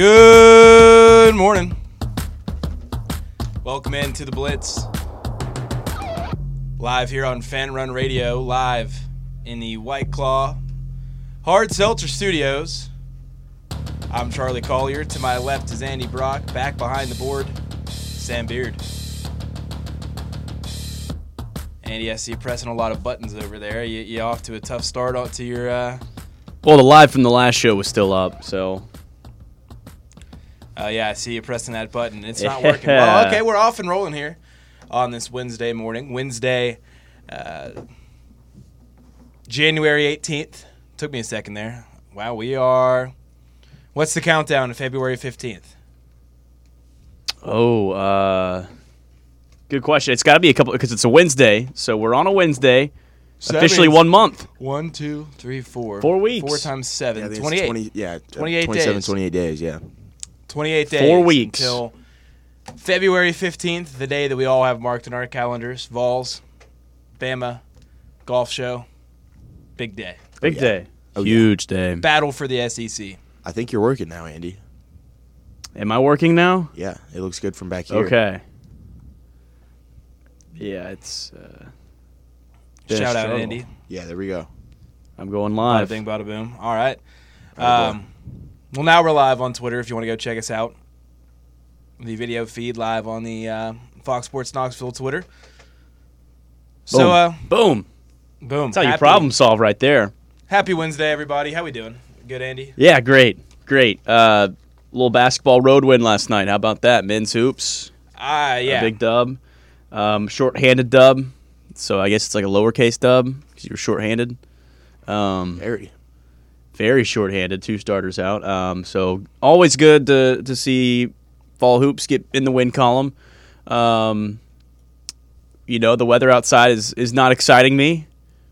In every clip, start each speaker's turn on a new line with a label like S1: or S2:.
S1: Good morning. Welcome in to the Blitz. Live here on Fan Run Radio, live in the White Claw Hard Seltzer Studios. I'm Charlie Collier. To my left is Andy Brock. Back behind the board, Sam Beard. Andy, I see you pressing a lot of buttons over there. You, you off to a tough start out to your uh,
S2: Well, the live from the last show was still up, so
S1: Uh, yeah, I see you pressing that button. It's not working. Well,
S2: Yeah.
S1: okay, we're off and rolling here on this Wednesday morning. Wednesday, uh, January 18th. Took me a second there. Wow, we are. What's the countdown to February 15th?
S2: oh, uh, good question. It's got to be a couple because it's a Wednesday, so we're on a Wednesday.
S1: So that
S2: officially,
S1: means Oh,
S2: one month.
S1: One, two, three, four.
S2: Four weeks.
S1: Four times seven.
S3: I think it's
S1: 28.
S3: 20 yeah, uh,
S1: 28
S3: 27,
S1: days.
S3: 28 days, yeah.
S1: 28 days.
S2: Four weeks.
S1: Until February 15th, the day that we all have marked in our calendars. Vols, Bama, golf show. Big day.
S2: Big
S3: yeah.
S2: day,
S3: Oh, yeah.
S2: huge day.
S1: battle for the E SEC.
S3: I think you're working now, Andy.
S2: Am I working now?
S3: Yeah, it looks good from back here.
S2: Okay. Yeah, it's. Uh, been a
S1: Shout out,
S2: struggle.
S1: Andy.
S3: Yeah, there we go.
S2: I'm going
S1: Bada
S2: live.
S1: bing, bada boom. All right.
S3: Bada
S1: Um, well, now we're live on Twitter if you want to go check us out. The video feed live on the uh, Fox Sports Knoxville Twitter.
S2: Boom.
S1: So, uh,
S2: boom.
S1: boom.
S2: That's how you
S1: Happy-
S2: problem solve right there.
S1: Happy Wednesday, everybody. How we doing? Good, Andy?
S2: Yeah, great, great. Uh, little basketball road win last night. How about that? Men's hoops.
S1: Ah,
S2: a
S1: yeah.
S2: big dub, um, short-handed dub. So I guess it's like a lowercase dub because you were short-handed.
S1: Mm.
S2: Um,
S3: Very.
S2: very short-handed, two starters out. Um, so always good to to see fall hoops get in the win column. Um, you know the weather outside is is not exciting me,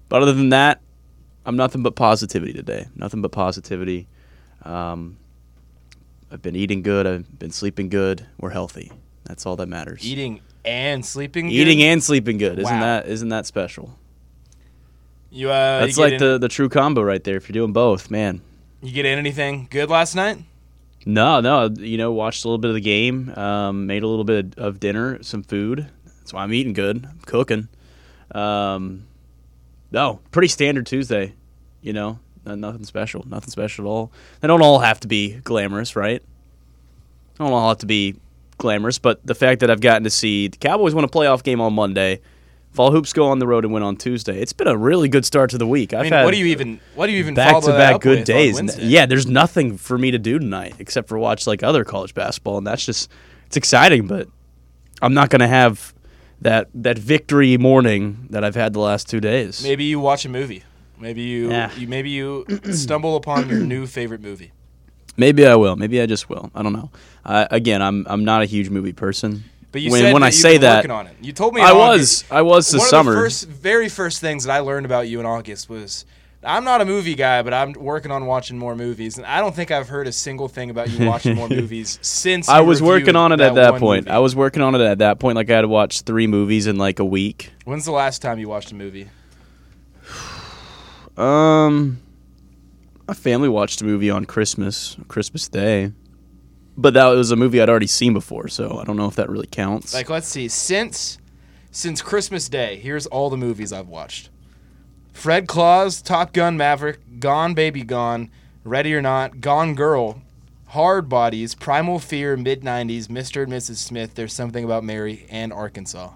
S2: but other than that, I'm nothing but positivity today. Nothing but positivity. Um, I've been eating good. I've been sleeping good. We're healthy. That's all that matters
S1: Eating and sleeping.
S2: eating
S1: good?
S2: and sleeping good. Isn't
S1: Wow.
S2: that isn't that special?
S1: You, uh,
S2: That's
S1: you get
S2: like the, the true combo right there. If you're doing both, man.
S1: in- You get in anything good last night?
S2: No, no, you know, watched a little bit of the game, um, made a little bit of dinner, some food. That's why I'm eating good. I'm cooking. Um, no, pretty standard Tuesday. You know, No- nothing special, nothing special at all. They don't all have to be glamorous, right? They don't all have to be glamorous, but the fact that I've gotten to see the Cowboys win a playoff game on Monday. Fall hoops go on the road and win on Tuesday. It's been a really good start to the week. I've
S1: I mean,
S2: had
S1: what do you even what do you even
S2: back
S1: follow
S2: to
S1: that
S2: back
S1: up
S2: good
S1: with on
S2: days.
S1: Wednesday?
S2: yeah, there's nothing for me to do tonight except for watch like other college basketball, and that's just it's exciting. But I'm not gonna have that that victory morning that I've had the last two days.
S1: Maybe you watch a movie. Maybe you,
S2: Yeah.
S1: you maybe you stumble upon your new favorite movie.
S2: Maybe I will. Maybe I just will. I don't know. I again, I'm I'm not a huge movie person.
S1: But you
S2: when
S1: said
S2: when
S1: that
S2: I
S1: you've
S2: say
S1: been
S2: that,
S1: working on it. You told me in
S2: I
S1: August-
S2: was I was this
S1: one
S2: summer.
S1: Of the first, very first things that I learned about you in August was I'm not a movie guy, but I'm working on watching more movies, and I don't think I've heard a single thing about you watching more movies since.
S2: I
S1: you
S2: was working
S1: reviewed
S2: on it at that
S1: one
S2: point.
S1: movie.
S2: I was working on it at that point. Like I had watched three movies in like a week.
S1: When's the last time you watched a movie?
S2: Um, my family watched a movie on Christmas, Christmas Day, but that was a movie I'd already seen before, so I don't know if that really counts.
S1: Like, let's see, since since Christmas Day, here's all the movies I've watched: Fred Claus, Top Gun, Maverick, Gone Baby Gone, Ready or Not, Gone Girl. Hard Bodies, Primal Fear, Mid 90s, Mr. and Mrs. Smith, There's Something About Mary, and Arkansas.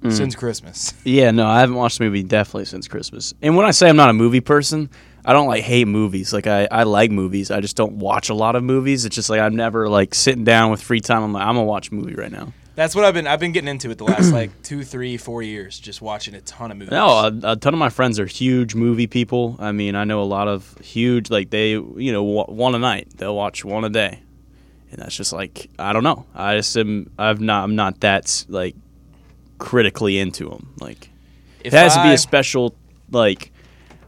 S2: Mm.
S1: Since Christmas.
S2: yeah, no, I haven't watched a movie definitely since Christmas. And when I say I'm not a movie person, I don't like hate movies. Like I, I like movies. I just don't watch a lot of movies. It's just like I'm never like sitting down with free time. I'm like I'm gonna watch a movie right now.
S1: That's what I've been I've been getting into it the last like two, three, four years, just watching a ton of movies.
S2: No, a, a ton of my friends are huge movie people. I mean, I know a lot of huge like they, you know, wa- one a night. They'll watch one a day, and that's just like I don't know. I just am. I've not. I'm not that like critically into them. Like
S1: If
S2: it has to be
S1: I-
S2: a special like.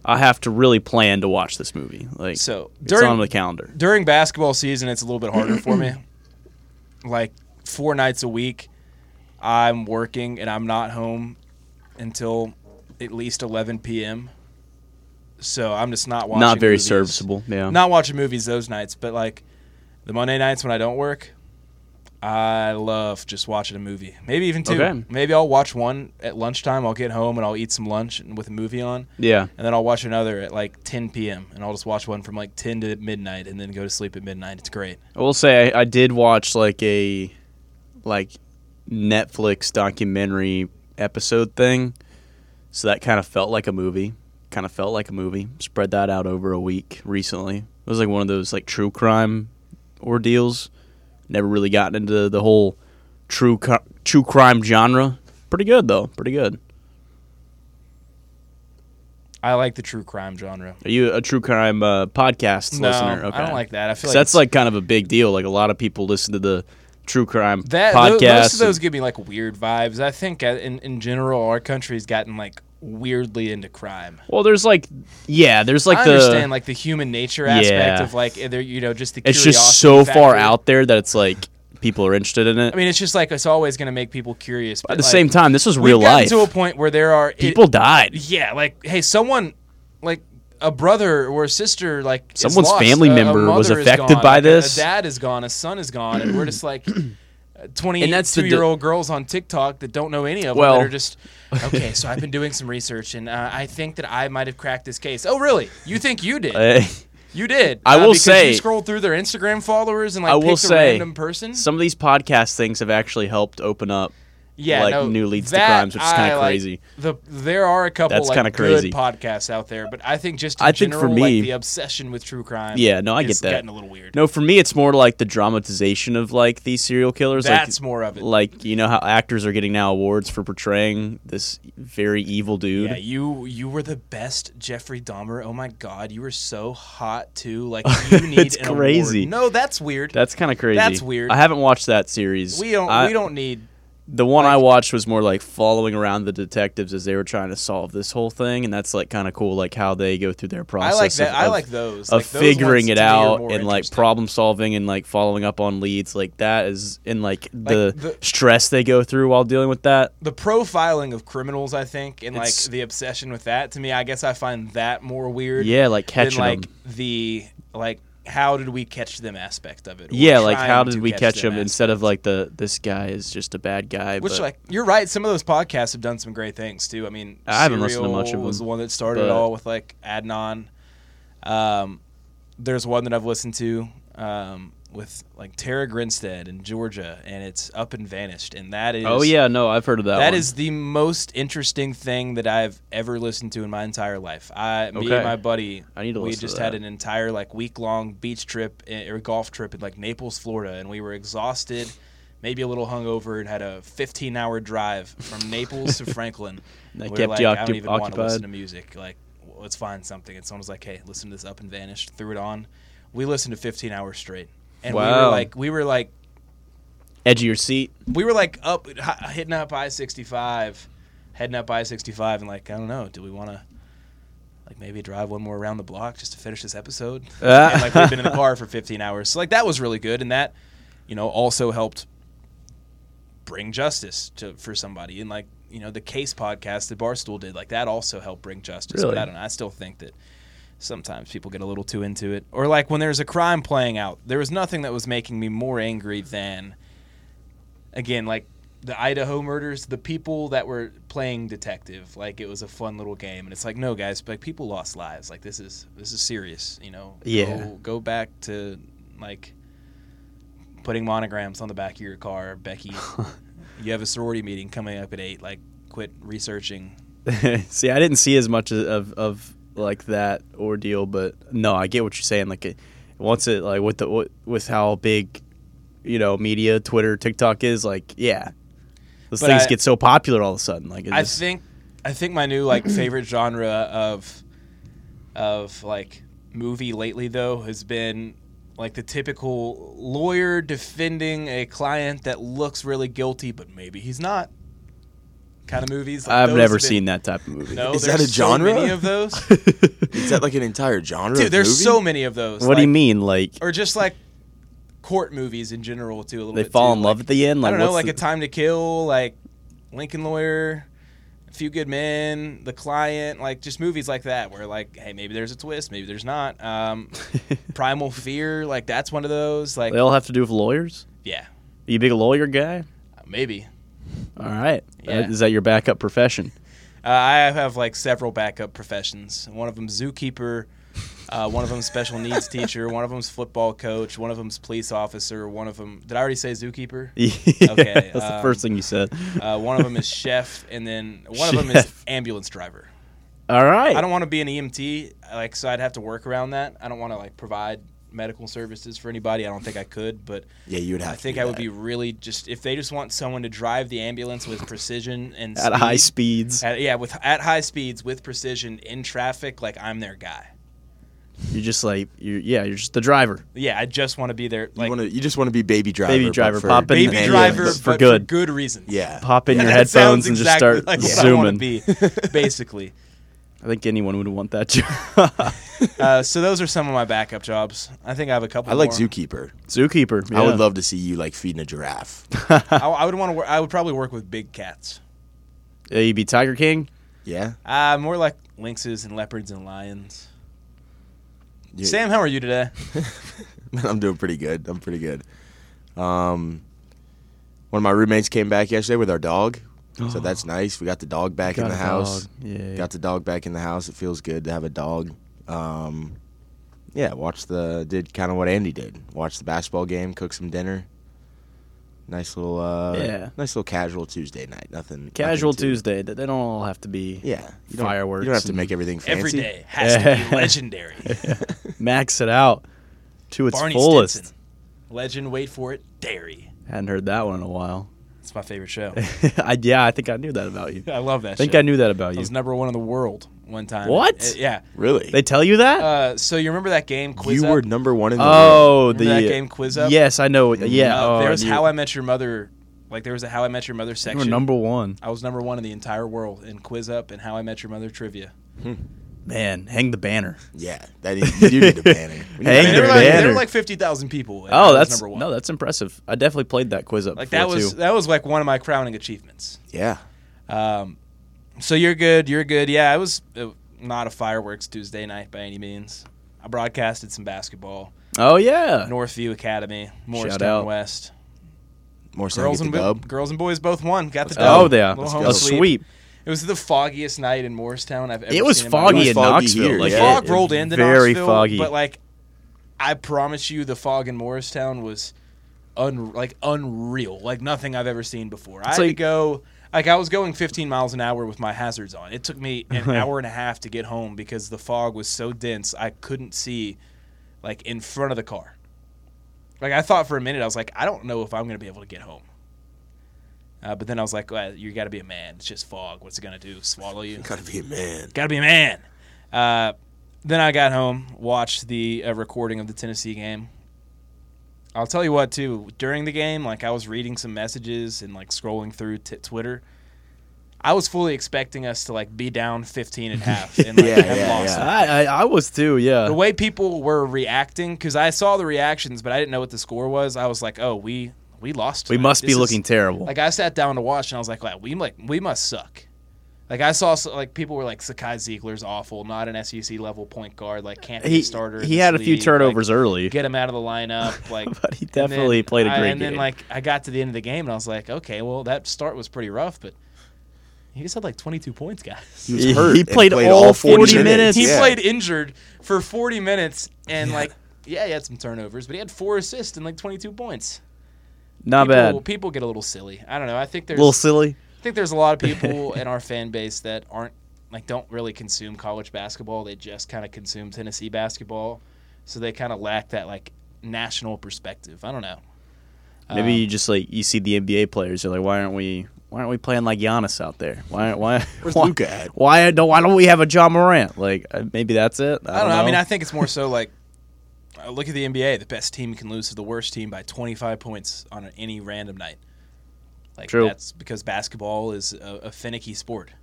S2: I have to really plan to watch this movie. Like
S1: So,
S2: it's
S1: during-
S2: on the calendar.
S1: during basketball season. It's a little bit harder for me. Like four nights a week, I'm working and I'm not home until at least 11 p.m. So I'm just not watching.
S2: Not very
S1: movies.
S2: serviceable. Yeah.
S1: Not watching movies those nights, but like The Monday nights when I don't work, I love just watching a movie. Maybe even two.
S2: Okay.
S1: Maybe I'll watch one at lunchtime. I'll get home and I'll eat some lunch and with a movie on,
S2: Yeah.
S1: and then I'll watch another at like 10 p.m. and I'll just watch one from like 10 to midnight and then go to sleep at midnight. It's great.
S2: I will say I, I did watch like a like Netflix documentary episode thing. So that kind of felt like a movie. Kind of felt like a movie. Spread that out over a week recently. It was like one of those like true crime ordeals. Never really gotten into the whole true co- true crime genre. Pretty good though. Pretty good.
S1: I like the true crime genre.
S2: Are you a true crime uh, podcast
S1: No,
S2: listener?
S1: I don't like that. I feel like
S2: 'Cause that's
S1: it's-
S2: like kind of a big deal. Like a lot of people listen to the true crime
S1: that
S2: podcast.
S1: tho- most of
S2: and-
S1: those give me like weird vibes. I think uh, in in general our country's gotten like weirdly into crime.
S2: Well, there's like, yeah, there's like
S1: I
S2: the.
S1: understand like the human nature aspect
S2: Yeah.
S1: of like either you know just the
S2: it's
S1: curiosity
S2: just so far
S1: factor.
S2: out there that it's like people are interested in it.
S1: I mean, it's just like it's always going to make people curious. But
S2: At the
S1: like,
S2: same time, this was
S1: we've
S2: real
S1: gotten
S2: life.
S1: to a point where there are it-
S2: people died.
S1: yeah, like hey, someone like a brother or a sister like is
S2: Someone's
S1: lost,
S2: family
S1: a- a
S2: member was
S1: mother is
S2: affected
S1: gone,
S2: by
S1: like, a-
S2: this.
S1: A, dad is gone. A son is gone, and we're just like.
S2: And that's the
S1: 22 year old girls on TikTok that don't know any of
S2: Well-
S1: them that are just okay. So I've been doing some research and uh, I think that I might have cracked this case. Oh, really? You think you did?
S2: Eh,
S1: You did.
S2: I
S1: Uh,
S2: will
S1: because
S2: say-
S1: you scroll through their Instagram followers and like
S2: I will
S1: picked a
S2: say
S1: random person.
S2: Some of these podcast things have actually helped open up.
S1: yeah,
S2: like,
S1: no,
S2: new leads to
S1: that
S2: crimes, which is kinda
S1: I, like,
S2: crazy.
S1: the there are a couple
S2: That's
S1: like
S2: kinda
S1: good
S2: crazy.
S1: podcasts out there, but I think just in
S2: I think
S1: general,
S2: for me-
S1: like, the obsession with true crime.
S2: Yeah, no, I
S1: is
S2: get that.
S1: Getting a little weird.
S2: No, for me, it's more like the dramatization of like these serial killers.
S1: that's
S2: like,
S1: more of it.
S2: Like you know how actors are getting now awards for portraying this very evil dude.
S1: yeah, you you were the best Jeffrey Dahmer. Oh my god, you were so hot too. Like you need
S2: That's
S1: an award.
S2: crazy.
S1: No, that's weird.
S2: that's kind of crazy.
S1: That's weird.
S2: I haven't watched that series.
S1: we don't
S2: I-
S1: we don't need
S2: The one I watched was more like following around the detectives as they were trying to solve this whole thing, and that's like kind of cool, like how they go through their
S1: I
S2: process.
S1: like that.
S2: Of,
S1: I
S2: of-
S1: like those.
S2: of
S1: like, those
S2: figuring
S1: ones
S2: it
S1: to me are
S2: out
S1: more
S2: and like
S1: interesting.
S2: problem solving and like following up on leads, like that is and like the,
S1: the-
S2: stress they go through while dealing with that.
S1: the profiling of criminals, I think, and
S2: It's-
S1: like the obsession with that. To me, I guess I find that more weird.
S2: Yeah, like
S1: than
S2: catching
S1: like
S2: them.
S1: the like how did we catch them aspect of it. or
S2: Yeah, like
S1: trying
S2: how
S1: to
S2: did we catch
S1: them
S2: him
S1: aspect.
S2: instead of like the this guy is just a bad guy.
S1: Which
S2: but-
S1: like you're right. Some of those podcasts have done some great things too. I mean,
S2: I haven't listened to
S1: Serial
S2: much of
S1: Was
S2: them,
S1: the one that started it
S2: but-
S1: all with like Adnan. Um, there's one that I've listened to um, with like Tara Grinstead in Georgia, and it's Up and Vanished, and that is
S2: oh yeah, no, I've heard of that.
S1: That
S2: one.
S1: is the most interesting thing that I've ever listened to in my entire life. I, me
S2: Okay.
S1: and my buddy,
S2: I need to
S1: we
S2: listen to
S1: just had
S2: that.
S1: an entire like week long beach trip eh, or golf trip in like Naples, Florida, and we were exhausted, maybe a little hungover, and had a 15 hour drive from Naples to Franklin.
S2: That
S1: We were
S2: kept
S1: like,
S2: you
S1: I
S2: occu-
S1: don't even want to
S2: occupied.
S1: listen to music. Like, w- let's find something. And someone was like, "Hey, listen to this Up and Vanished." Threw it on. We listened to 15 hours straight, and we were
S2: Wow.
S1: like, we were like
S2: edge of your seat.
S1: we were like up hi- hitting up I sixty five, heading up I sixty five, and like I don't know, do we want to like maybe drive one more around the block just to finish this episode?
S2: Ah.
S1: And, like we've been in the car for fifteen hours, so like that was really good, and that you know also helped bring justice to for somebody, and like you know the case podcast that Barstool did, like that also helped bring justice.
S2: Really?
S1: But I don't know, I still think that. Sometimes people get a little too into it. Or, like, when there's a crime playing out, there was nothing that was making me more angry than again like the Idaho murders, the people that were playing detective, like it was a fun little game, and it's like, no, guys, like people lost lives. Like this is this is serious, you know.
S2: Yeah.
S1: Go, go back to like putting monograms on the back of your car, Becky. you have a sorority meeting coming up at eight. Like, quit researching.
S2: see, I didn't see as much of, of of like that ordeal, but no, I get what you're saying. Like, it, once it like with the what- with how big, you know, media, Twitter, TikTok is like, yeah, those
S1: But
S2: things
S1: I-
S2: get so popular all of a sudden. Like, it
S1: I
S2: just-
S1: think I think my new like favorite genre of of like movie lately though has been like the typical lawyer defending a client that looks really guilty but maybe he's not kind of movies. Like,
S2: I've
S1: those
S2: never
S1: have been-
S2: seen that type of movie.
S1: No,
S3: Is
S1: there's
S3: that a genre?
S1: So many of those,
S3: Is that like an entire genre?
S1: dude.
S3: of
S1: There's
S3: movie?
S1: so many of those.
S2: what do you
S1: like-
S2: mean? Like,
S1: Or just like court movies in general too. A little
S2: they
S1: bit
S2: fall
S1: too,
S2: in
S1: like-
S2: love at the end? Like,
S1: I don't know,
S2: what's
S1: like
S2: the-
S1: a Time to Kill, like Lincoln Lawyer, A Few Good Men, The Client, like just movies like that where like, hey, maybe there's a twist, maybe there's not. Um, Primal Fear, like that's one of those. Like,
S2: They all have to do with lawyers.
S1: yeah,
S2: Are you a big lawyer guy?
S1: maybe.
S2: All right.
S1: Yeah.
S2: Is that your backup profession?
S1: Uh, I have like several backup professions. One of them's zookeeper. Uh, one of them's special needs teacher. One of them's football coach. One of them's police officer. One of them. Did I already say zookeeper? Okay,
S2: that's the
S1: um,
S2: first thing you said.
S1: Uh, one of them is chef, and then one of them is
S2: Chef.
S1: ambulance driver.
S2: All right.
S1: I don't want to be an EMT, like so I'd have to work around that. I don't want to like provide medical services for anybody. I don't think I could, but
S3: Yeah, you would have.
S1: I
S3: to
S1: think
S3: do
S1: I would
S3: that.
S1: be really just if they just want someone to drive the ambulance with precision and
S2: at high
S1: speed-
S2: speeds.
S1: at- yeah, with at high speeds with precision in traffic, like I'm their guy.
S2: You're just like you yeah, you're just the driver.
S1: Yeah, I just want to be their
S3: You,
S1: like
S3: wanna, you just want to be baby driver.
S2: Baby
S3: but
S2: driver,
S3: for
S2: pop in
S3: an
S1: baby
S2: ambulance,
S1: driver,
S2: but
S1: but
S2: for
S1: for
S2: good.
S1: good reasons.
S3: Yeah.
S2: Pop in your
S1: That sounds
S2: headphones and just
S1: exactly
S2: start
S1: like what I wanna
S2: zooming.
S1: be, basically.
S2: I think anyone would want that job.
S1: Uh, so those are some of my backup jobs. I think I have a couple.
S3: I like
S1: more.
S3: zookeeper.
S2: Zookeeper.
S3: I
S2: yeah.
S3: would love to see you like feeding a giraffe.
S1: I, I would want to. Work, I would probably work with big cats.
S2: Yeah, you'd be Tiger King.
S3: yeah.
S1: Uh, more like lynxes and leopards and lions.
S3: You-
S1: Sam, how are you today?
S3: Man, I'm doing pretty good. I'm pretty good. Um, one of my roommates came back yesterday with our dog, so that's nice. We got the dog back
S2: Got
S3: in the
S2: a
S3: house.
S2: dog. Yeah.
S3: Got the dog back in the house. It feels good to have a dog. Um, yeah, watched the did kind of what Andy did. Watched the basketball game, cooked some dinner. Nice little uh,
S2: Yeah.
S3: Nice little casual Tuesday night. Nothing
S2: Casual
S3: nothing too-
S2: Tuesday. That they don't all have to be
S3: Yeah, you don't,
S2: fireworks.
S3: You don't have to
S2: and
S3: make everything fancy.
S1: Every day has to be legendary.
S2: max it out to its
S1: Barney
S2: fullest.
S1: Stinson, legend. Wait for it, dairy.
S2: Hadn't heard that one in a while.
S1: It's my favorite show.
S2: I, yeah, I think I knew that about you. I
S1: I love that.
S2: think
S1: show.
S2: I knew that about
S1: It
S2: you.
S1: was number one in the world one time.
S2: What?
S1: Uh, yeah.
S3: Really?
S2: They tell you that?
S1: Uh, so you remember that game Quiz
S3: you
S1: Up?
S3: were number one in the world.
S2: oh,
S1: Remember
S2: the
S1: that game Quiz Up?
S2: Yes, I know. Yeah,
S1: Uh,
S2: oh,
S1: there was
S2: you-
S1: How I Met Your Mother. Like there was a How I Met Your Mother
S2: you were
S1: section.
S2: number one.
S1: I was number one in the entire world in Quiz Up and How I Met Your Mother trivia.
S2: Man, hang the banner.
S3: Yeah, that is, you do need a banner. We need a
S2: Hey,
S1: I mean,
S2: Hang
S1: there,
S2: the
S1: were like, there
S2: banner.
S1: were like fifty thousand people. and I
S2: Oh,
S1: was
S2: that's
S1: number one.
S2: no, that's impressive. I definitely played that quiz up.
S1: like that
S2: before,
S1: was
S2: too.
S1: that was like one of my crowning achievements.
S3: Yeah.
S1: Um, so you're good, you're good. Yeah, it was uh, not a fireworks Tuesday night by any means. I broadcasted some basketball,
S2: Oh yeah,
S1: Northview Academy,
S2: out.
S1: Morristown West.
S3: More so
S1: Girls
S3: get
S1: and
S3: the
S1: bo-
S3: dub.
S1: girls and boys both won. Got the
S2: oh
S1: dub.
S2: yeah,
S1: Little
S3: Let's
S1: home
S3: go.
S2: a sweep.
S1: It was the foggiest night in Morristown I've ever.
S2: It was
S1: seen in my
S2: foggy
S1: life.
S2: in
S3: It was foggy
S2: Knoxville.
S3: here,
S2: like,
S3: yeah.
S1: fog
S2: it- it
S1: rolled into
S2: very
S1: Knoxville,
S2: foggy.
S1: but like I promise you, the fog in Morristown was un like unreal, like nothing I've ever seen before. I had to
S2: like-
S1: go like I was going 15 miles an hour with my hazards on. It took me an hour and a half to get home because the fog was so dense I couldn't see like in front of the car. Like I thought for a minute, I was like, I don't know if I'm gonna be able to get home. Uh, but then I was like, well, you got to be a man. It's just fog. What's it gonna do? Swallow you?
S3: Gotta be a man.
S1: Gotta be a man. Uh, then I got home, watched the uh, recording of the Tennessee game. I'll tell you what, too. During the game, like I was reading some messages and like scrolling through t- Twitter. I was fully expecting us to like be down 15 and half and like
S3: Yeah,
S1: have
S3: yeah,
S1: lost.
S3: yeah.
S1: it.
S2: I, I I was too.
S1: The
S2: Yeah.
S1: way people were reacting, because I saw the reactions, but I didn't know what the score was. I was like, oh, we we lost.
S2: We
S1: tonight.
S2: must be
S1: This is-
S2: looking terrible.
S1: like I sat down to watch and I was like, wow, we like we must suck. Like I saw so- like people were like Sakai Ziegler's awful, not an SEC level point guard, like can't be
S2: he
S1: a starter. in
S2: he
S1: this
S2: had a few
S1: league,
S2: turnovers
S1: like,
S2: early.
S1: Get him out of the lineup, like.
S2: But he
S1: and then
S2: definitely played a
S1: I-
S2: great
S1: And then
S2: game.
S1: like I got to the end of the game and I was like, okay, well that start was pretty rough, but he just had like 22 points, guys.
S3: He was
S2: He-
S3: hurt
S2: he
S3: and
S2: played all 40 minutes.
S1: He
S3: Yeah.
S1: played injured for 40 minutes and like yeah, he had some turnovers, but he had four assists and like 22 points.
S2: Not
S1: people,
S2: bad.
S1: People get a little silly. I don't know. I think there's
S2: little silly.
S1: I think there's a lot of people in our fan base that aren't like don't really consume college basketball. They just kind of consume Tennessee basketball, so they kind of lack that like national perspective. I don't know.
S2: Maybe you just like you see the NBA players. You're like, why aren't we? Why aren't we playing like Giannis out there? Why? Why?
S3: Where's
S2: why,
S3: Luka at?
S2: Why don't? Why don't we have a John Morant? Like uh, maybe that's it. I,
S1: I don't know. I mean, I think it's more so like uh, look at the NBA. The best team can lose to the worst team by 25 points on any random night. Like
S2: True.
S1: that's because basketball is a, a finicky sport. I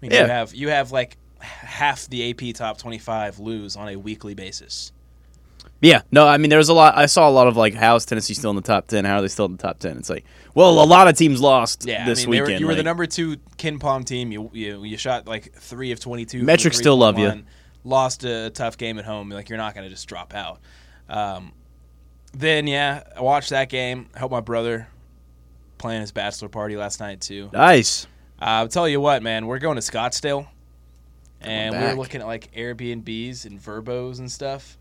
S1: mean,
S2: Yeah.
S1: you have you have like half the AP top 25 lose on a weekly basis.
S2: Yeah, no, I mean there was a lot. I saw a lot of like, how is Tennessee still in the top ten? How are they still in the top ten? It's like, well, a lot of teams lost
S1: Yeah,
S2: this
S1: I mean, they were-
S2: weekend.
S1: you were the
S2: like-
S1: number two Ken Palm team. You, you you shot like three of twenty two.
S2: Metrics still love you.
S1: Lost a tough game at home. Like you're not going to just drop out. Um, then yeah, I watched that game. Helped my brother plan his bachelor party last night too. Uh,
S2: Nice.
S1: I'll tell you what, man, we're going to Scottsdale, and we're
S3: back.
S1: looking at like Airbnbs and Verbos and stuff.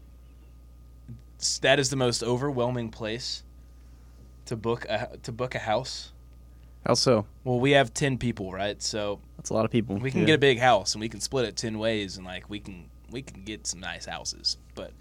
S1: S- That is the most overwhelming place to book a to book a house.
S2: How so?
S1: Well, we have ten people, right? So
S2: That's a lot of people.
S1: we can
S2: Yeah.
S1: get a big house and we can split it ten ways, and like we can we can get some nice houses. But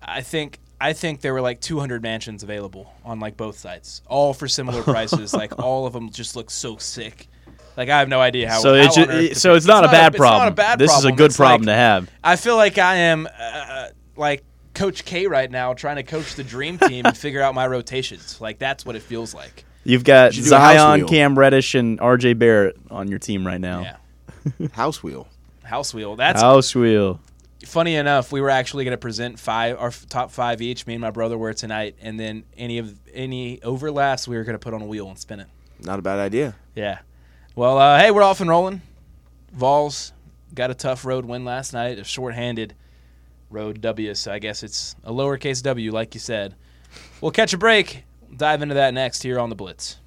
S1: I think I think there were like 200 mansions available on like both sites, all for similar prices. like all of them just look so sick. Like I have no idea how.
S2: So
S1: how
S2: it's
S1: on
S2: ju-
S1: earth
S2: it-
S1: to
S2: so
S1: pick-
S2: it's not a bad
S1: it's not
S2: problem.
S1: bad
S2: This is a
S1: problem.
S2: good
S1: It's like-
S2: problem to have.
S1: I feel like I am uh, like Coach K right now, trying to coach the dream team and figure out my rotations. Like that's what it feels like.
S2: You've got
S3: should do a house
S2: Zion,
S3: wheel.
S2: Cam Reddish, and R.J. Barrett on your team right now.
S1: Yeah,
S3: House wheel.
S1: house wheel. That's
S2: House wheel.
S1: funny enough, we were actually going to present five, our f- top five each. Me and my brother were tonight, and then any of any overlaps we were going to put on a wheel and spin it.
S3: Not a bad idea.
S1: Yeah. Well, uh, hey, we're off and rolling. Vols got a tough road win last night, a shorthanded road W. So I guess it's a lowercase W, like you said. We'll catch a break. Dive into that next here on the Blitz.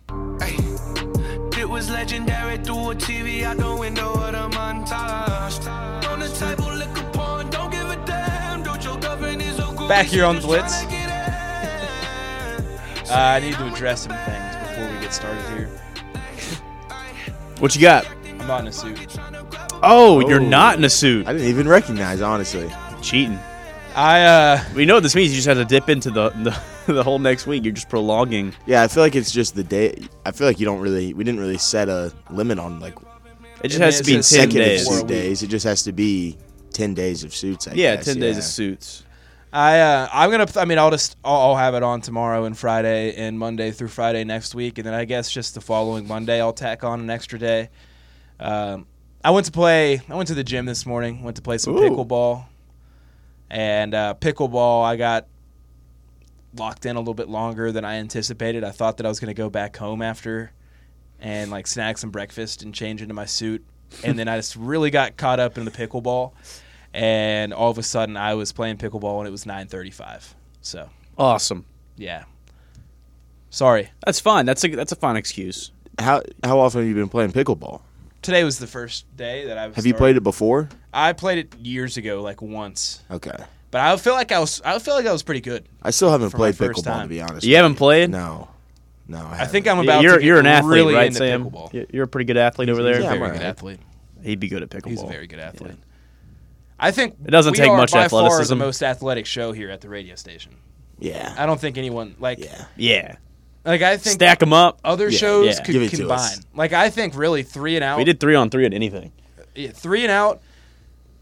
S4: It was legendary through a TV out the window of the montage. On the table, liquor porn, don't give a damn. Don't your government is a good
S1: Back here on the Blitz. Uh, I need to address some things before we get started here.
S2: What you got?
S1: I'm not in a suit.
S2: Oh, you're
S3: Oh.
S2: not in a suit.
S3: I didn't even recognize, honestly.
S2: Cheating.
S1: I uh,
S2: We know what this means. You just have to dip into the the, the whole next week. You're just prolonging.
S3: Yeah, I feel like it's just the day. I feel like you don't really. We didn't really set a limit on like
S2: It just
S1: I mean,
S2: has to
S1: it's
S2: be
S1: a
S2: ten
S1: second
S3: consecutive
S2: days.
S1: Or a
S3: suit
S1: week.
S3: days. It just has to be ten days of suits. I
S2: Yeah,
S3: guess,
S2: ten days of
S3: yeah.
S2: suits.
S1: I uh, I'm gonna. I mean, I'll just I'll, I'll have it on tomorrow and Friday and Monday through Friday next week, and then I guess just the following Monday I'll tack on an extra day. Um, I went to play. I went to the gym this morning. Went to play some
S2: Ooh.
S1: pickleball, and uh, pickleball I got locked in a little bit longer than I anticipated. I thought that I was gonna go back home after and like snag some breakfast and change into my suit, and then I just really got caught up in the pickleball and all of a sudden I was playing pickleball and it was 9:35. So,
S2: Awesome.
S1: yeah. Sorry.
S2: That's fine. That's a that's a fine excuse.
S3: How how often have you been playing pickleball?
S1: Today was the first day that I've
S3: Have you played it before?
S1: I played it years ago like once.
S3: Okay,
S1: But I feel like I was I feel like I was pretty good.
S3: I still haven't
S1: For my
S3: played
S1: first
S3: pickleball
S1: time.
S3: to be honest.
S2: You haven't played.
S3: No, no. I,
S1: I think
S3: haven't.
S1: I'm about
S2: you're
S1: to get
S2: you're an athlete,
S1: really
S2: right,
S1: into
S2: Sam?
S1: pickleball.
S2: You- You're a pretty good athlete over there.
S1: He's a
S3: Yeah, I'm
S1: very
S3: alright.
S1: good athlete.
S2: He'd be good at pickleball.
S1: He's a very good athlete. I think
S2: It doesn't
S1: we
S2: take
S1: are
S2: much
S1: by Far the
S2: athleticism.
S1: most athletic show here at the radio station.
S3: Yeah,
S1: I don't think anyone like
S3: yeah.
S2: Yeah.
S1: like I think
S2: Stack them up.
S1: other
S3: Yeah,
S1: shows
S2: yeah.
S1: could
S3: Give it to
S1: combine.
S3: us.
S1: Like I think really three and out.
S2: We did three on three at anything.
S1: yeah, three and out,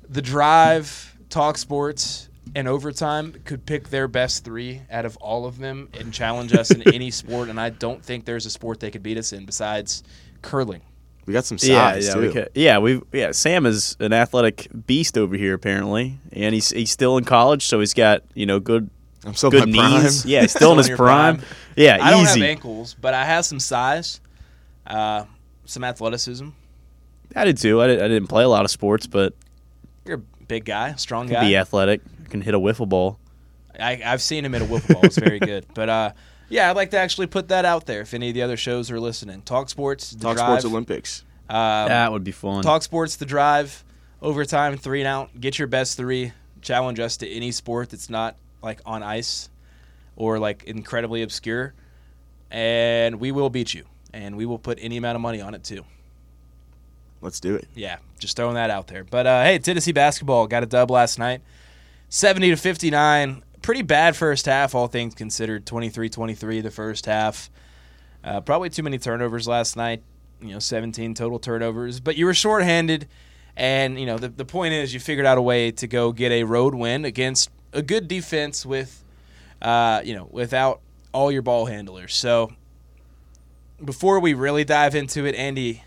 S1: the drive, talk sports, and overtime could pick their best three out of all of them and challenge us in any sport. And I don't think there's a sport they could beat us in besides curling.
S3: We got some
S2: yeah,
S3: size
S2: yeah,
S3: too.
S2: we could, yeah. We yeah. Sam is an athletic beast over here apparently, and he's he's still in college, so he's got you know good
S3: I'm still
S2: good
S3: in my prime.
S2: knees. Yeah, he's still in his
S1: your
S2: prime.
S1: prime.
S2: Yeah,
S1: I don't
S2: easy.
S1: have ankles, but I have some size, uh, some athleticism.
S2: I did too. I, did, I didn't play a lot of sports, but
S1: You're a big guy, strong
S2: I
S1: guy.
S2: can be athletic. I can hit a wiffle ball.
S1: I, I've seen him at a wiffle ball. It's very good. But uh, yeah, I'd like to actually put that out there if any of the other shows are listening. Talk Sports, The
S3: Talk
S1: Drive,
S3: sports Olympics.
S1: um,
S2: that would be fun.
S1: Talk sports, the drive, overtime, three and out. Get your best three. Challenge us to any sport that's not like on ice or like incredibly obscure, and we will beat you. And we will put any amount of money on it too.
S3: Let's do it.
S1: Yeah, just throwing that out there. But uh, hey, Tennessee basketball got a dub last night, seventy to fifty nine. Pretty bad first half, all things considered. 23-23 the first half. Uh, probably too many turnovers last night. You know, 17 total turnovers. But you were shorthanded, and you know the the point is you figured out a way to go get a road win against a good defense with, uh, you know, without all your ball handlers. So before we really dive into it, Andy,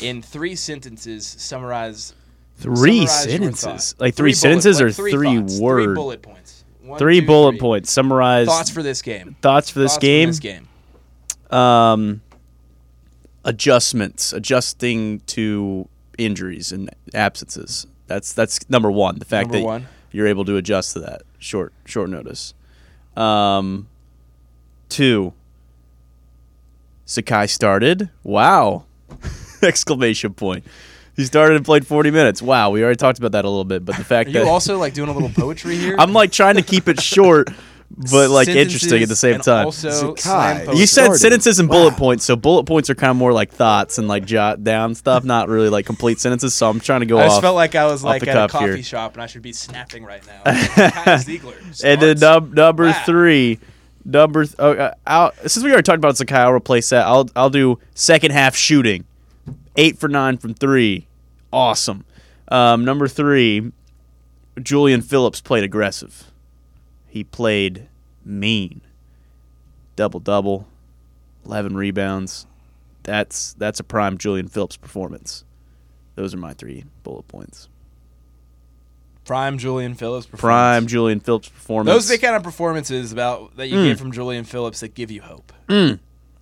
S1: in three sentences, summarize
S2: three
S1: summarize your
S2: sentences,
S1: thought.
S2: like three,
S1: bullet-
S2: sentences
S1: like
S2: or three,
S1: thoughts,
S2: words.
S1: three bullet points. One,
S2: Three
S1: two,
S2: bullet
S1: three.
S2: points. Summarize
S1: Thoughts for this game.
S2: thoughts for this
S1: Thoughts for
S2: game.
S1: this game.
S2: um, adjustments, adjusting to injuries and absences. That's that's number one. The fact
S1: Number
S2: that
S1: one.
S2: you're able to adjust to that short short notice. Um, two. Sakai started. Wow! Exclamation point. He started and played 40 minutes. Wow, we already talked about that a little bit, but the
S1: Are
S2: fact
S1: you
S2: that
S1: also like doing a little poetry here?
S2: I'm like trying to keep it short, but like interesting at the
S1: Sentences
S2: same
S1: and
S2: time.
S1: Also
S3: Zakai.
S1: slam
S3: You
S1: poetry.
S2: You said
S3: started.
S2: sentences and bullet
S3: Wow.
S2: points, so bullet points are kind of more like thoughts and like jot down stuff, not really like complete sentences. So I'm trying to go
S1: I
S2: off.
S1: just felt like I was like
S2: the
S1: at a
S2: cuff
S1: coffee
S2: here.
S1: shop and I should be snapping right now. Kyle Ziegler
S2: and then um,
S1: starts.
S2: num- number
S1: Wow.
S2: three, number th- oh, uh, I'll, since we already talked about Sakai, I'll replace that. I'll I'll do second half shooting, eight for nine from three, awesome. Um, number three, Julian Phillips played aggressive. He played mean. Double double, eleven rebounds. That's that's a prime Julian Phillips performance. Those are my three bullet points.
S1: prime Julian Phillips performance.
S2: Prime Julian Phillips performance.
S1: Those are the kind of performances about that you get from Julian Phillips that give you hope. You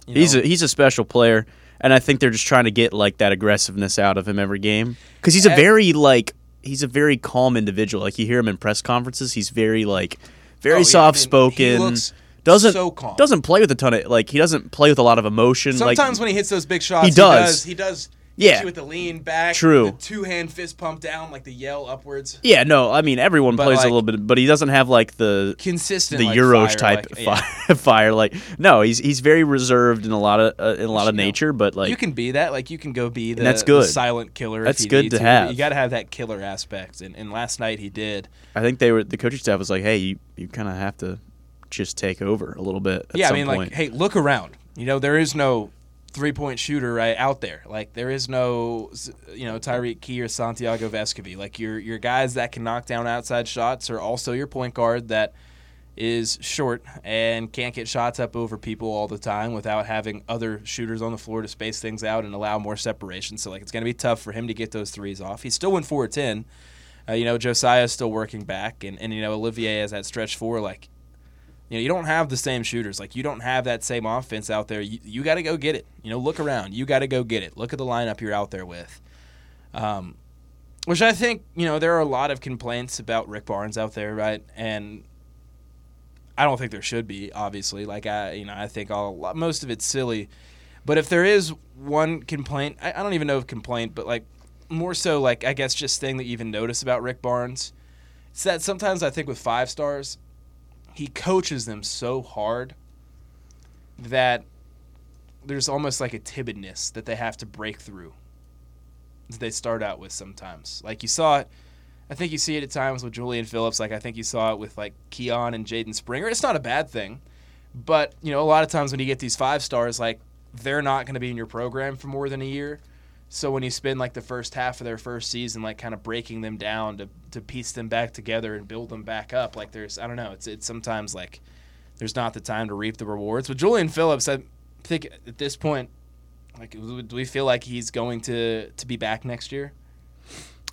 S2: Hmm. He's
S1: know?
S2: a he's a special player, and I think they're just trying to get like that aggressiveness out of him every game because he's a
S1: Ev-
S2: very like he's a very calm individual. Like you hear him in press conferences, he's very like
S1: Oh, yeah, I
S2: very
S1: mean,
S2: soft
S1: he
S2: spoken.
S1: looks
S2: Doesn't
S1: so calm.
S2: doesn't play with a ton of like he doesn't play with a lot of emotion.
S1: Sometimes
S2: like,
S1: when he hits those big shots,
S2: He
S1: he
S2: does.
S1: does. He does.
S2: Yeah.
S1: hit you with the lean back,
S2: True.
S1: the two hand fist pump down, like the yell upwards,
S2: yeah, no, I mean everyone
S1: But,
S2: plays
S1: like,
S2: a little bit, but he doesn't have like the
S1: consistent,
S2: the
S1: like,
S2: Euros
S1: fire,
S2: type
S1: like, yeah.
S2: fire, fire. Like no, he's he's very reserved in a lot of uh, in a lot of
S1: you know,
S2: nature, but like
S1: you can be that. Like you can go be the,
S2: that's
S1: the
S2: good.
S1: silent killer.
S2: That's
S1: if you
S2: good
S1: need
S2: to
S1: to
S2: have.
S1: You got to have that killer aspect, and, and last night he did.
S2: I think they were the coaching staff was like, "Hey, you, you kind of have to just take over a little bit." At
S1: yeah, I
S2: some
S1: mean,
S2: point.
S1: like, hey, look around. You know, there is no three point shooter right out there. Like, there is no, you know, Tyreek Key or Santiago Vescovi. Like, your your guys that can knock down outside shots are also your point guard that is short and can't get shots up over people all the time without having other shooters on the floor to space things out and allow more separation. So like it's going to be tough for him to get those threes off. He still went 4 of 10. Uh, you know, Josiah's still working back and and you know Olivier has that stretch four like you know, you don't have the same shooters. Like you don't have that same offense out there. You, you got to go get it. You know, look around. You got to go get it. Look at the lineup you're out there with. Um, which I think you know there are a lot of complaints about Rick Barnes out there, right? And I don't think there should be. Obviously, like I, you know, I think all lot- most of it's silly. But if there is one complaint, I, I don't even know if complaint, but like more so, like I guess just thing that you even notice about Rick Barnes, it's that sometimes I think with five stars, he coaches them so hard that there's almost like a timidness that they have to break through that they start out with sometimes. Like you saw it, I think you see it at times with Julian Phillips. Like I think you saw it with like Keon and Jaden Springer. It's not a bad thing, but you know a lot of times when you get these five stars, like they're not going to be in your program for more than a year. So when you spend like the first half of their first season, like kind of breaking them down to, to piece them back together and build them back up, like there's I don't know, it's it's sometimes like there's not the time to reap the rewards. But Julian Phillips, I think at this point, like do we feel like he's going to to be back next year?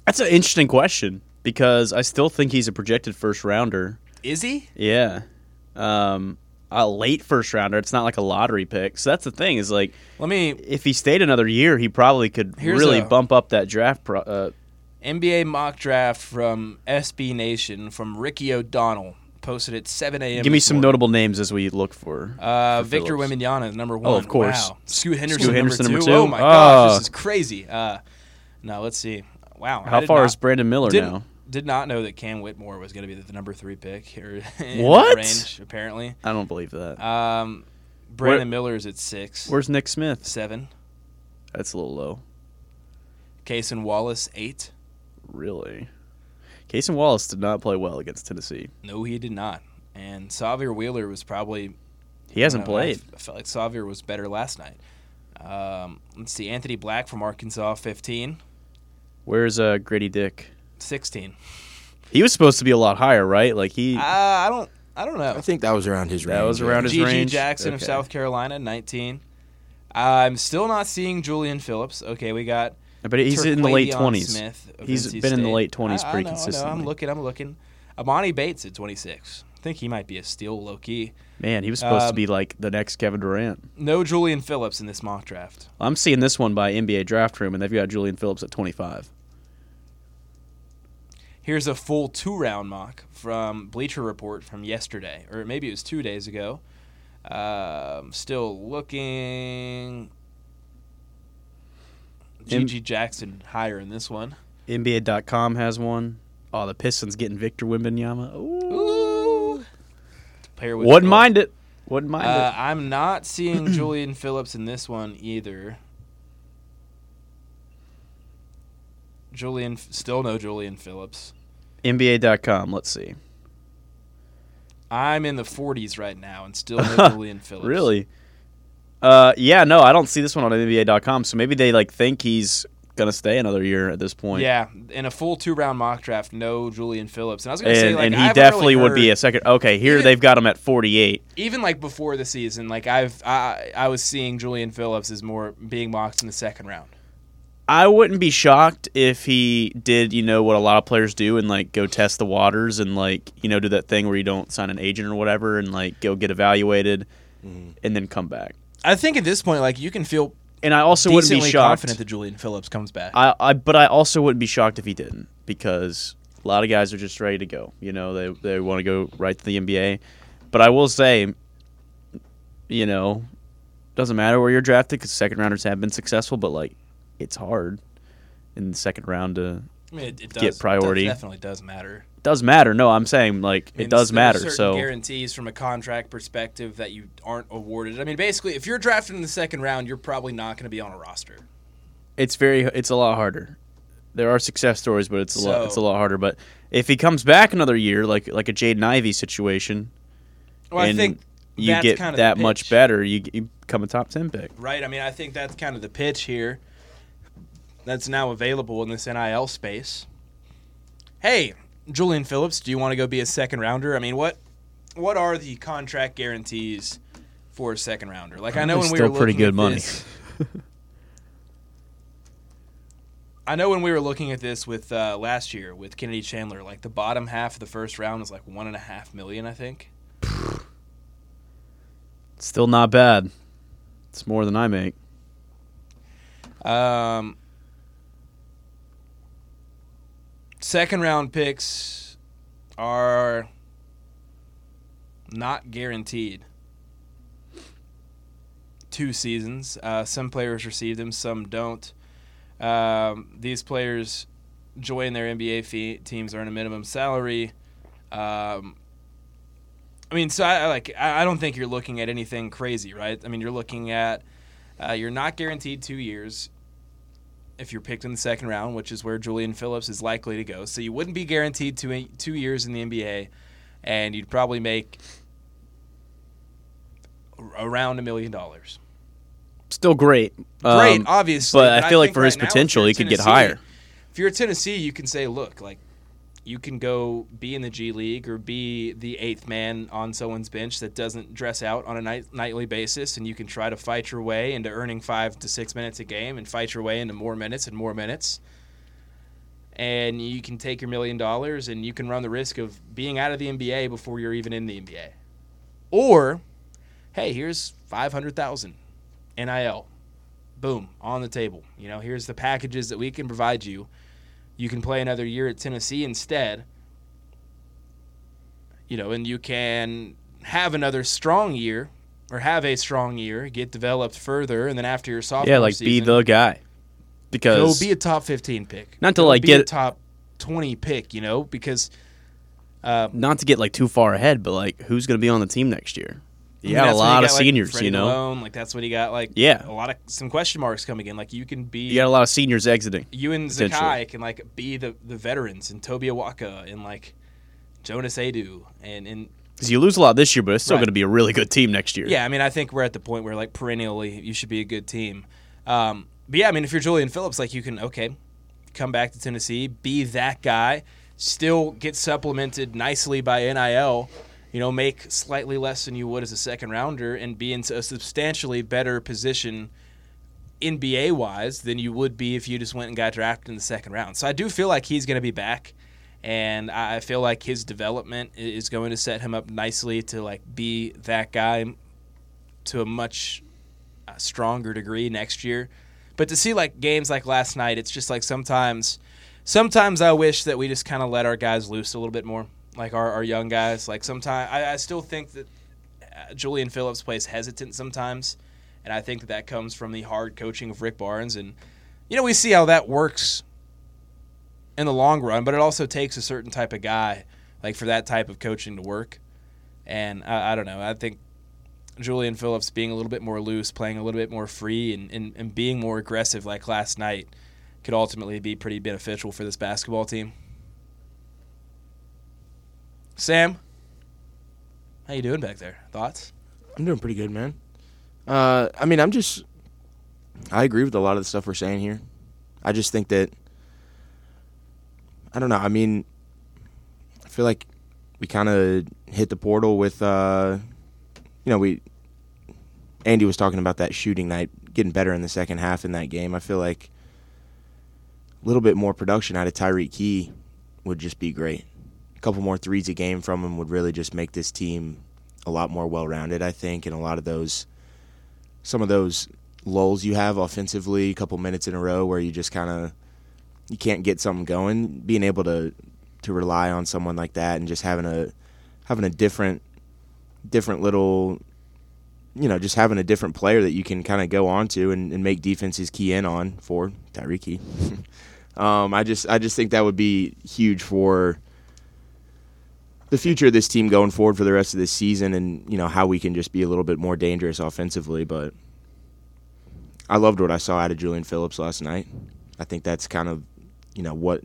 S2: that's an interesting question because I still think he's a projected first rounder.
S1: Is he?
S2: Yeah, um, a late first rounder. It's not like a lottery pick. So that's the thing is like
S1: Let me
S2: if he stayed another year, he probably could
S1: Here's
S2: really
S1: a-
S2: bump up that draft. Pro- uh,
S1: NBA mock draft from SB Nation from Ricky O'Donnell posted at 7 a.m.
S2: give me
S1: this
S2: some
S1: morning.
S2: notable names as we look for.
S1: Uh,
S2: for
S1: Victor
S2: Phillips. Oh,
S1: Wembanyama is number one.
S2: of course.
S1: Wow. Scoot Henderson,
S2: Henderson,
S1: number,
S2: number
S1: two.
S2: two.
S1: Oh my gosh,
S2: Ah.
S1: this is crazy. Uh, no, let's see. Wow. I
S2: How
S1: did
S2: far
S1: not-
S2: is Brandon Miller
S1: didn't-
S2: now?
S1: Did not know that Cam Whitmore was going to be the number three pick here. in that
S2: What?
S1: range? Apparently,
S2: I don't believe that.
S1: um, Brandon Miller is at six,
S2: Where's Nick Smith?
S1: seven.
S2: That's a little low.
S1: Case and Wallace eight.
S2: Really? Casey Wallace did not play well against Tennessee.
S1: No, he did not. And Xavier Wheeler was probably
S2: He hasn't
S1: I don't know, I
S2: played.
S1: f- I felt like Xavier was better last night. Um, let's see, Anthony Black from Arkansas, 15,
S2: Where's uh, Gritty Dick?
S1: 16.
S2: He was supposed to be a lot higher, right? Like he
S1: Uh, I don't, I don't
S3: I
S1: know.
S3: think that was around his range.
S2: That was
S3: yeah.
S2: around his
S1: G.G.
S2: range.
S1: Jackson of
S2: Okay.
S1: South Carolina, 19. I'm still not seeing Julian Phillips. Okay, we got.
S2: but he's in the late
S1: Terquavion
S2: twenties.
S1: Smith of
S2: He's
S1: NC
S2: been in the
S1: State.
S2: late twenties
S1: I- I
S2: pretty
S1: know, I know,
S2: consistently.
S1: I'm looking. I'm looking. Amani Bates at 26. I think think he might be a steal low key.
S2: Man, he was supposed
S1: Um,
S2: to be like the next Kevin Durant.
S1: No Julian Phillips in this mock draft.
S2: I'm seeing this one by NBA Draft Room, and they've got Julian Phillips at 25.
S1: Here's a full two round mock from Bleacher Report from yesterday, or maybe it was two days ago. Um, still looking.
S2: Im-
S1: GG Jackson higher in this one.
S2: NBA.com has one. Oh, the Pistons getting Victor Wimbanyama.
S1: Ooh. Pair with
S2: Wouldn't mind it. Wouldn't mind
S1: Uh,
S2: it.
S1: I'm not seeing Julian Phillips in this one either. Julian, still no Julian Phillips.
S2: NBA.com. Let's see.
S1: I'm in the 40s right now and still no Julian Phillips.
S2: Really? Uh, yeah, no, I don't see this one on NBA.com. So maybe they like think he's gonna stay another year at this point.
S1: Yeah, in a full two round mock draft, no Julian Phillips. And I was gonna
S2: and,
S1: say, like,
S2: and
S1: I
S2: he
S1: haven't really
S2: definitely would be a
S1: heard-
S2: second. Okay, here
S1: Even-
S2: they've got him at 48.
S1: even like before the season. Like I've I I was seeing Julian Phillips as more being mocked in the second round.
S2: I wouldn't be shocked if he did, you know, what a lot of players do and like go test the waters and like, you know, do that thing where you don't sign an agent or whatever and like go get evaluated and then come back.
S1: I think at this point, like you can feel
S2: And I also wouldn't be
S1: decently
S2: shocked. Ah,
S1: confident that Julian Phillips comes back.
S2: I, I but I also wouldn't be shocked if he didn't because a lot of guys are just ready to go. You know, they they want to go right to the NBA. But I will say, you know, doesn't matter where you're drafted because second rounders have been successful, but like it's hard in the second round to
S1: I mean, it, it does,
S2: get priority.
S1: It definitely does matter.
S2: does matter. No, I'm saying like
S1: I mean,
S2: it does
S1: there's
S2: matter.
S1: certain
S2: So
S1: guarantees from a contract perspective that you aren't awarded. I mean, basically, if you're drafted in the second round, you're probably not going to be on a roster.
S2: it's very it's a lot harder. There are success stories, but it's a lot it's a
S1: So-
S2: lot harder. But if he comes back another year, like like a Jaden Ivey situation,
S1: Well,
S2: and
S1: I think
S2: you
S1: that's
S2: get
S1: kind of the
S2: that much
S1: pitch,
S2: better, you, you become a top ten pick.
S1: right? I mean, I think that's kind of the pitch here. That's now available in this NIL space. Hey, Julian Phillips, do you want to go be a second rounder? I mean, what what are the contract guarantees for a second rounder? Like, I know when
S2: Probably
S1: we were
S2: still pretty
S1: looking
S2: good
S1: at
S2: money.
S1: this- I know when we were looking at this with uh, last year with Kennedy Chandler, like the bottom half of the first round was like one and a half million, I think.
S2: Still not bad. It's more than I make.
S1: Um, second round picks are not guaranteed. Two seasons. Uh, some players receive them, some don't. Um, these players join their NBA fee- teams, earn a minimum salary. Um, I mean, so I I like. I I don't think you're looking at anything crazy, right? I mean, you're looking at uh, you're not guaranteed two years if you're picked in the second round, which is where Julian Phillips is likely to go. So you wouldn't be guaranteed two two years in the NBA, and you'd probably make ar- around a million dollars.
S2: Still great.
S1: Great,
S2: Um,
S1: obviously,
S2: but I feel like
S1: think
S2: for his
S1: right now, if
S2: potential,
S1: you're
S2: he could get
S1: Tennessee-
S2: higher.
S1: If you're Tennessee, you can say, look, like. You can go be in the G League or be the eighth man on someone's bench that doesn't dress out on a night- nightly basis, and you can try to fight your way into earning five to six minutes a game and fight your way into more minutes and more minutes. And you can take your million dollars and you can run the risk of being out of the NBA before you're even in the NBA. Or, hey, here's 500,000 NIL. Boom, on the table. You know, here's the packages that we can provide you. You can play another year at Tennessee instead. You know, and you can have another strong year or have a strong year, get developed further, and then after your sophomore
S2: Yeah, like be
S1: season,
S2: the guy.
S1: Go
S2: Because
S1: be a top fifteen pick.
S2: Not to,
S1: Go
S2: like,
S1: be a
S2: get-
S1: top twenty pick, you know, because uh,
S2: not to get like too far ahead, but like who's going to be on the team next year?
S1: I
S2: You
S1: mean,
S2: got
S1: that's when
S2: a lot
S1: got,
S2: of
S1: like,
S2: seniors,
S1: Freddie
S2: you know.
S1: Malone, like that's what he got. Like
S2: Yeah.
S1: a lot of some question marks coming in. Like you can be
S2: You got a lot of seniors exiting.
S1: you and
S2: potentially.
S1: Zakai can like be the the veterans and Toby Awaka and like Jonas Adu and and
S2: Because you lose a lot this year, but it's still
S1: Right.
S2: going to be a really good team next year.
S1: yeah. I mean, I think we're at the point where like perennially you should be a good team. Um, but yeah, I mean, if you're Julian Phillips, like you can okay, come back to Tennessee, be that guy, still get supplemented nicely by NIL, you know, make slightly less than you would as a second rounder, and be in a substantially better position. NBA wise than you would be if you just went and got drafted in the second round. So I do feel like he's going to be back, and I I feel like his development i- is going to set him up nicely to like be that guy to a much uh, stronger degree next year. But to see like games like last night, it's just like sometimes, sometimes I wish that we just kind of let our guys loose a little bit more, like our, our young guys. Like sometimes I, I still think that uh, Julian Phillips plays hesitant sometimes, and I think that that comes from the hard coaching of Rick Barnes. And you know we see how that works in the long run, but it also takes a certain type of guy, like for that type of coaching to work. And I, I don't know. I think Julian Phillips being a little bit more loose, playing a little bit more free, and, and, and being more aggressive like last night could ultimately be pretty beneficial for this basketball team. Sam, how you doing back there? Thoughts?
S3: I'm doing pretty good, man. Uh, I mean, I'm just. I agree with a lot of the stuff we're saying here. I just think that. I don't know. I mean, I feel like we kind of hit the portal with, uh, you know, we. Andy was talking about that shooting night, getting better in the second half in that game. I feel like a little bit more production out of Tyreek Key would just be great. A couple more threes a game from him would really just make this team a lot more well rounded, I think, and a lot of those some of those lulls you have offensively, a couple minutes in a row where you just kinda you can't get something going, being able to to rely on someone like that and just having a having a different different little you know, just having a different player that you can kind of go on to and, and make defenses key in on for Tyreek. Hill. um, I just I just think that would be huge for the future of this team going forward for the rest of this season and you know how we can just be a little bit more dangerous offensively but I loved what I saw out of Julian Phillips last night. I think that's kind of you know what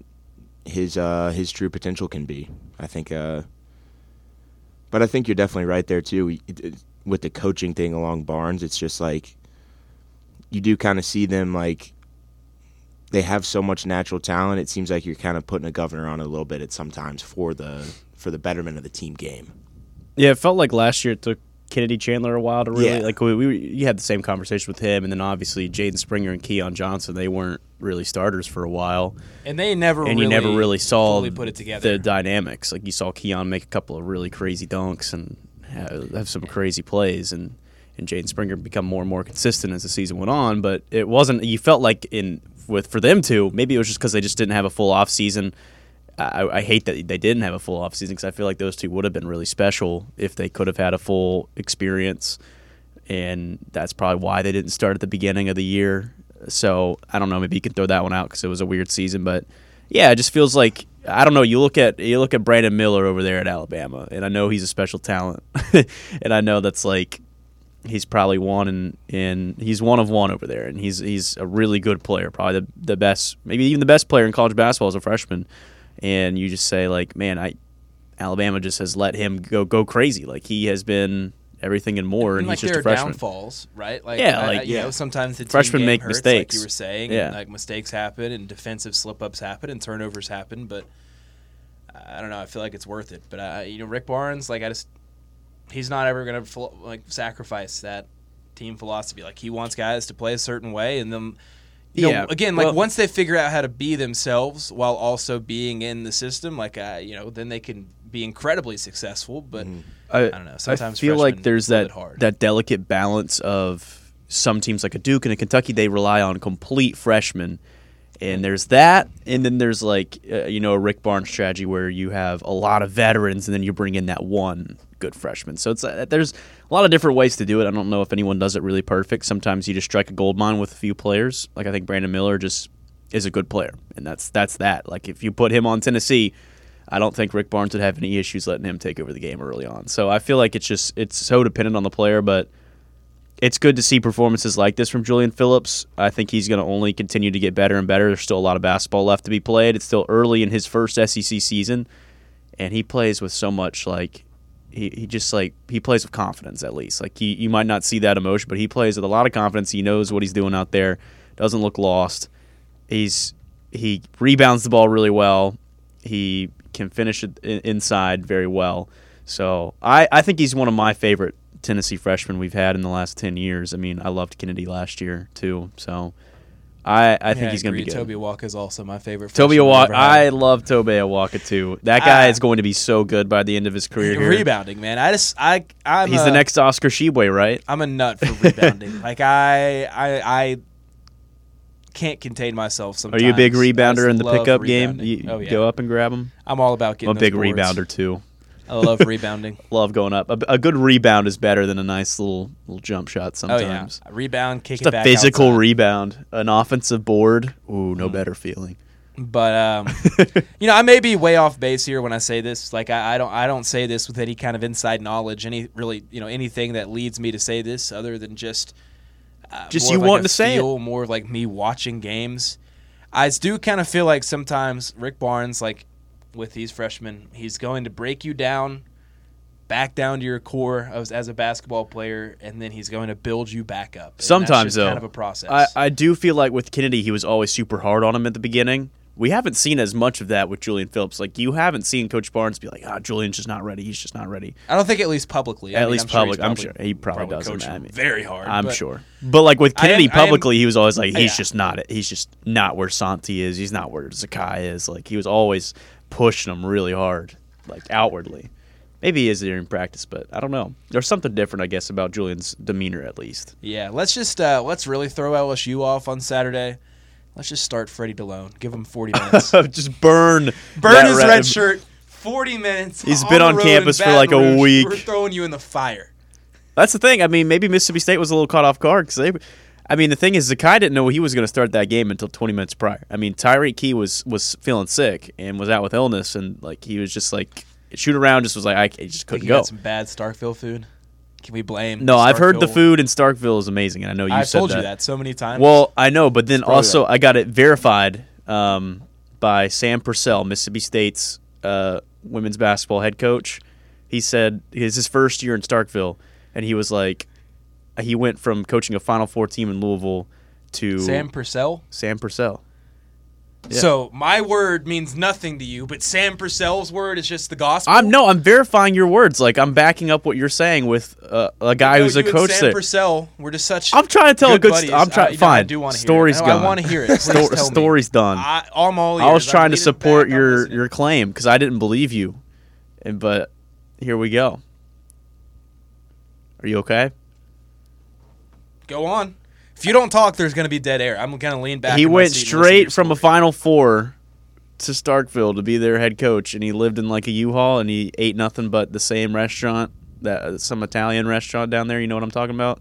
S3: his uh his true potential can be. I think uh but I think you're definitely right there too We- it- it- with the coaching thing along Barnes. It's just like you do kind of see them like they have so much natural talent. It seems like you're kind of putting a governor on it a little bit at sometimes for the for the betterment of the team game.
S2: Yeah, it felt like last year it took Kennedy Chandler a while to really
S3: Yeah.
S2: like we, we you had the same conversation with him, and then obviously Jaden Springer and Keon Johnson they weren't really starters for a while,
S1: And they never
S2: and
S1: really
S2: you never really saw
S1: fully put it together.
S2: the dynamics. Like you saw Keon make a couple of really crazy dunks and have, have some crazy plays, and and Jaden Springer become more and more consistent as the season went on. But it wasn't. You felt like in with for them too. Maybe it was just because they just didn't have a full off season. I, I hate that they didn't have a full off season because I feel like those two would have been really special if they could have had a full experience, and that's probably why they didn't start at the beginning of the year. So I don't know. Maybe you can throw that one out because it was a weird season, but yeah, it just feels like I don't know. You look at you look at Brandon Miller over there at Alabama, and I know he's a special talent, and I know that's like he's probably one in, in he's one of one over there, and he's he's a really good player, probably the the best, maybe even the best player in college basketball as a freshman. And you just say like, man, I Alabama just has let him go go crazy. Like he has been everything and more, and,
S1: and like
S2: he's just
S1: their
S2: a freshman.
S1: downfalls, right? Like,
S2: Yeah,
S1: I- I-
S2: like,
S1: you
S3: yeah.
S1: know, sometimes the team
S2: Freshmen
S1: game
S2: make
S1: hurts, Like
S2: mistakes.
S1: you were saying,
S2: Yeah.
S1: and like mistakes happen, and defensive slip ups happen, and turnovers happen. But I don't know. I feel like it's worth it. But I, you know, Rick Barnes, like I just, he's not ever gonna phil- like sacrifice that team philosophy. Like he wants guys to play a certain way, and then. You
S2: Yeah,
S1: know, again, like
S2: well-
S1: once they figure out how to be themselves while also being in the system, like uh, you know, then they can be incredibly successful. But
S2: I,
S1: don't know. Sometimes
S2: I feel
S1: freshmen
S2: like there's
S1: pull it
S2: that
S1: hard.
S2: that delicate balance of some teams like a Duke and a Kentucky they rely on complete freshmen, and there's that, and then there's like uh, you know a Rick Barnes strategy where you have a lot of veterans and then you bring in that one good freshman. So it's uh, there's a lot of different ways to do it. I don't know if anyone does it really perfect. Sometimes you just strike a gold mine with a few players. Like I think Brandon Miller just is a good player, and that's that's that. Like if you put him on Tennessee. I don't think Rick Barnes would have any issues letting him take over the game early on. So I feel like it's just it's so dependent on the player, but it's good to see performances like this from Julian Phillips. I think he's going to only continue to get better and better. There's still a lot of basketball left to be played. It's still early in his first SEC season, and he plays with so much like he, he just like he plays with confidence at least. Like he you might not see that emotion, but he plays with a lot of confidence. He knows what he's doing out there. Doesn't look lost. He's he rebounds the ball really well. He can finish it i- inside very well. So I, I think he's one of my favorite Tennessee freshmen we've had in the last ten years. I mean, I loved Kennedy last year too. So I, I think
S1: Yeah,
S2: he's going to be
S1: agreed.
S2: good.
S1: Toby
S2: Toby,
S1: Walker is also my favorite. freshman I've
S2: Awaka.
S1: ever had.
S2: I love Toby Awaka too. That guy
S1: Ah.
S2: is going to be so good by the end of his career. Here.
S1: rebounding, man. I just I I'm
S2: He's
S1: a,
S2: the next Oscar Shibwe, right?
S1: I'm a nut for rebounding. like I I I can't contain myself
S2: Are
S1: sometimes.
S2: you a big
S1: I
S2: rebounder in the
S1: just love
S2: pickup game?
S1: rebounding.
S2: You
S1: oh yeah.
S2: go up and grab him.
S1: I'm all about getting
S2: I'm a big
S1: those boards.
S2: rebounder too.
S1: I love rebounding.
S2: Love going up. A, a good rebound is better than a nice little little jump shot
S1: Oh
S2: sometimes.
S1: yeah. Rebound, kick
S2: Just
S1: it
S2: a
S1: back
S2: physical
S1: outside. Mm-hmm.
S2: rebound, an offensive board. Ooh, no better feeling.
S1: But um, you know, I may be way off base here when I say this. Like I, I don't, I don't say this with any kind of inside knowledge, any really, you know, anything that leads me to say this other than just, uh,
S2: Just
S1: more
S2: you
S1: of like
S2: wanting
S1: a
S2: to say it.
S1: feel, more of like me watching games. I do kind of feel like sometimes Rick Barnes, like with these freshmen, he's going to break you down, back down to your core as, as a basketball player, and then he's going to build you back up. And that's
S2: Sometimes
S1: just
S2: though,
S1: kind of a process.
S2: I, I do feel like with Kennedy, he was always super hard on him at the beginning. We haven't seen as much of that with Julian Phillips. Like you haven't seen Coach Barnes be like, "Ah, Julian's just not ready. He's just not ready."
S1: I don't think at least publicly. I
S2: At
S1: mean,
S2: least
S1: I'm sure he's
S2: public- I'm sure he probably doesn't,
S1: coached
S2: I
S1: him
S2: mean,
S1: very hard.
S2: I'm
S1: but
S2: sure. But like with
S1: I am-
S2: Kennedy,
S1: I am-
S2: publicly he was always like, "He's
S1: Yeah.
S2: just not it. He's just not where Santi is. He's not where Zakai is." Like he was always pushing him really hard, like outwardly. Maybe he is during practice, but I don't know. There's something different, I guess, about Julian's demeanor at least.
S1: Yeah, let's just uh, let's really throw LSU off on Saturday. Let's just start Freddie DeLone. Give him 40 minutes.
S2: just burn,
S1: Burn
S2: that
S1: his
S2: red-
S1: red shirt. 40 minutes.
S2: He's
S1: He's
S2: been on campus for like a week.
S1: We're throwing you in the fire.
S2: That's the thing. I mean, maybe Mississippi State was a little caught off guard because they. I mean, the thing is, Zakai didn't know he was going to start that game until 20 minutes prior. I mean, Tyreek Key was was feeling sick and was out with illness, and like he was just like shoot around, just was like I he just
S1: Think
S2: couldn't
S1: you
S2: go.
S1: got some bad Starkville food. Can we blame?
S2: No, I've heard the
S1: Starkville?
S2: food in Starkville is amazing, and I know you
S1: I've
S2: said
S1: told
S2: that.
S1: you that so many times.
S2: Well, I know, but then
S3: probably
S2: also I got it verified um, by Sam Purcell, Mississippi State's uh, women's basketball head coach. He said it's his first year in Starkville, and he was like, he went from coaching a Final Four team in Louisville to
S1: Sam Purcell.
S2: Sam Purcell. Yeah.
S1: So my word means nothing to you, but Sam Purcell's word is just the gospel.
S2: I'm no, I'm verifying your words. Like I'm backing up what you're saying with uh, a guy
S1: No,
S2: who's
S1: you
S2: a
S1: and
S2: coach
S1: Sam
S2: there.
S1: Purcell, we're just such.
S2: I'm trying to tell a good.
S1: buddies.
S2: St- I'm
S1: I-
S2: trying.
S1: you know,
S2: fine.
S1: I do want to hear
S2: Story's
S1: it. No,
S2: gone.
S1: I want to hear it. Please
S2: Sto-
S1: tell me.
S2: story's done.
S1: I, I'm all
S2: I was
S1: ears.
S2: trying to
S1: leaning
S2: support
S1: back, I'm
S2: your
S1: listening.
S2: your claim because I didn't believe you, and but here we go. Are you okay?
S1: Go on. If you don't talk, there's going to be dead air. I'm going to lean back.
S2: he
S1: in my
S2: went
S1: seat and listen to your
S2: straight from a
S1: story.
S2: Final Four to Starkville to be their head coach, and he lived in like a U-Haul, and he ate nothing but the same restaurant that some Italian restaurant down there. You know what I'm talking about?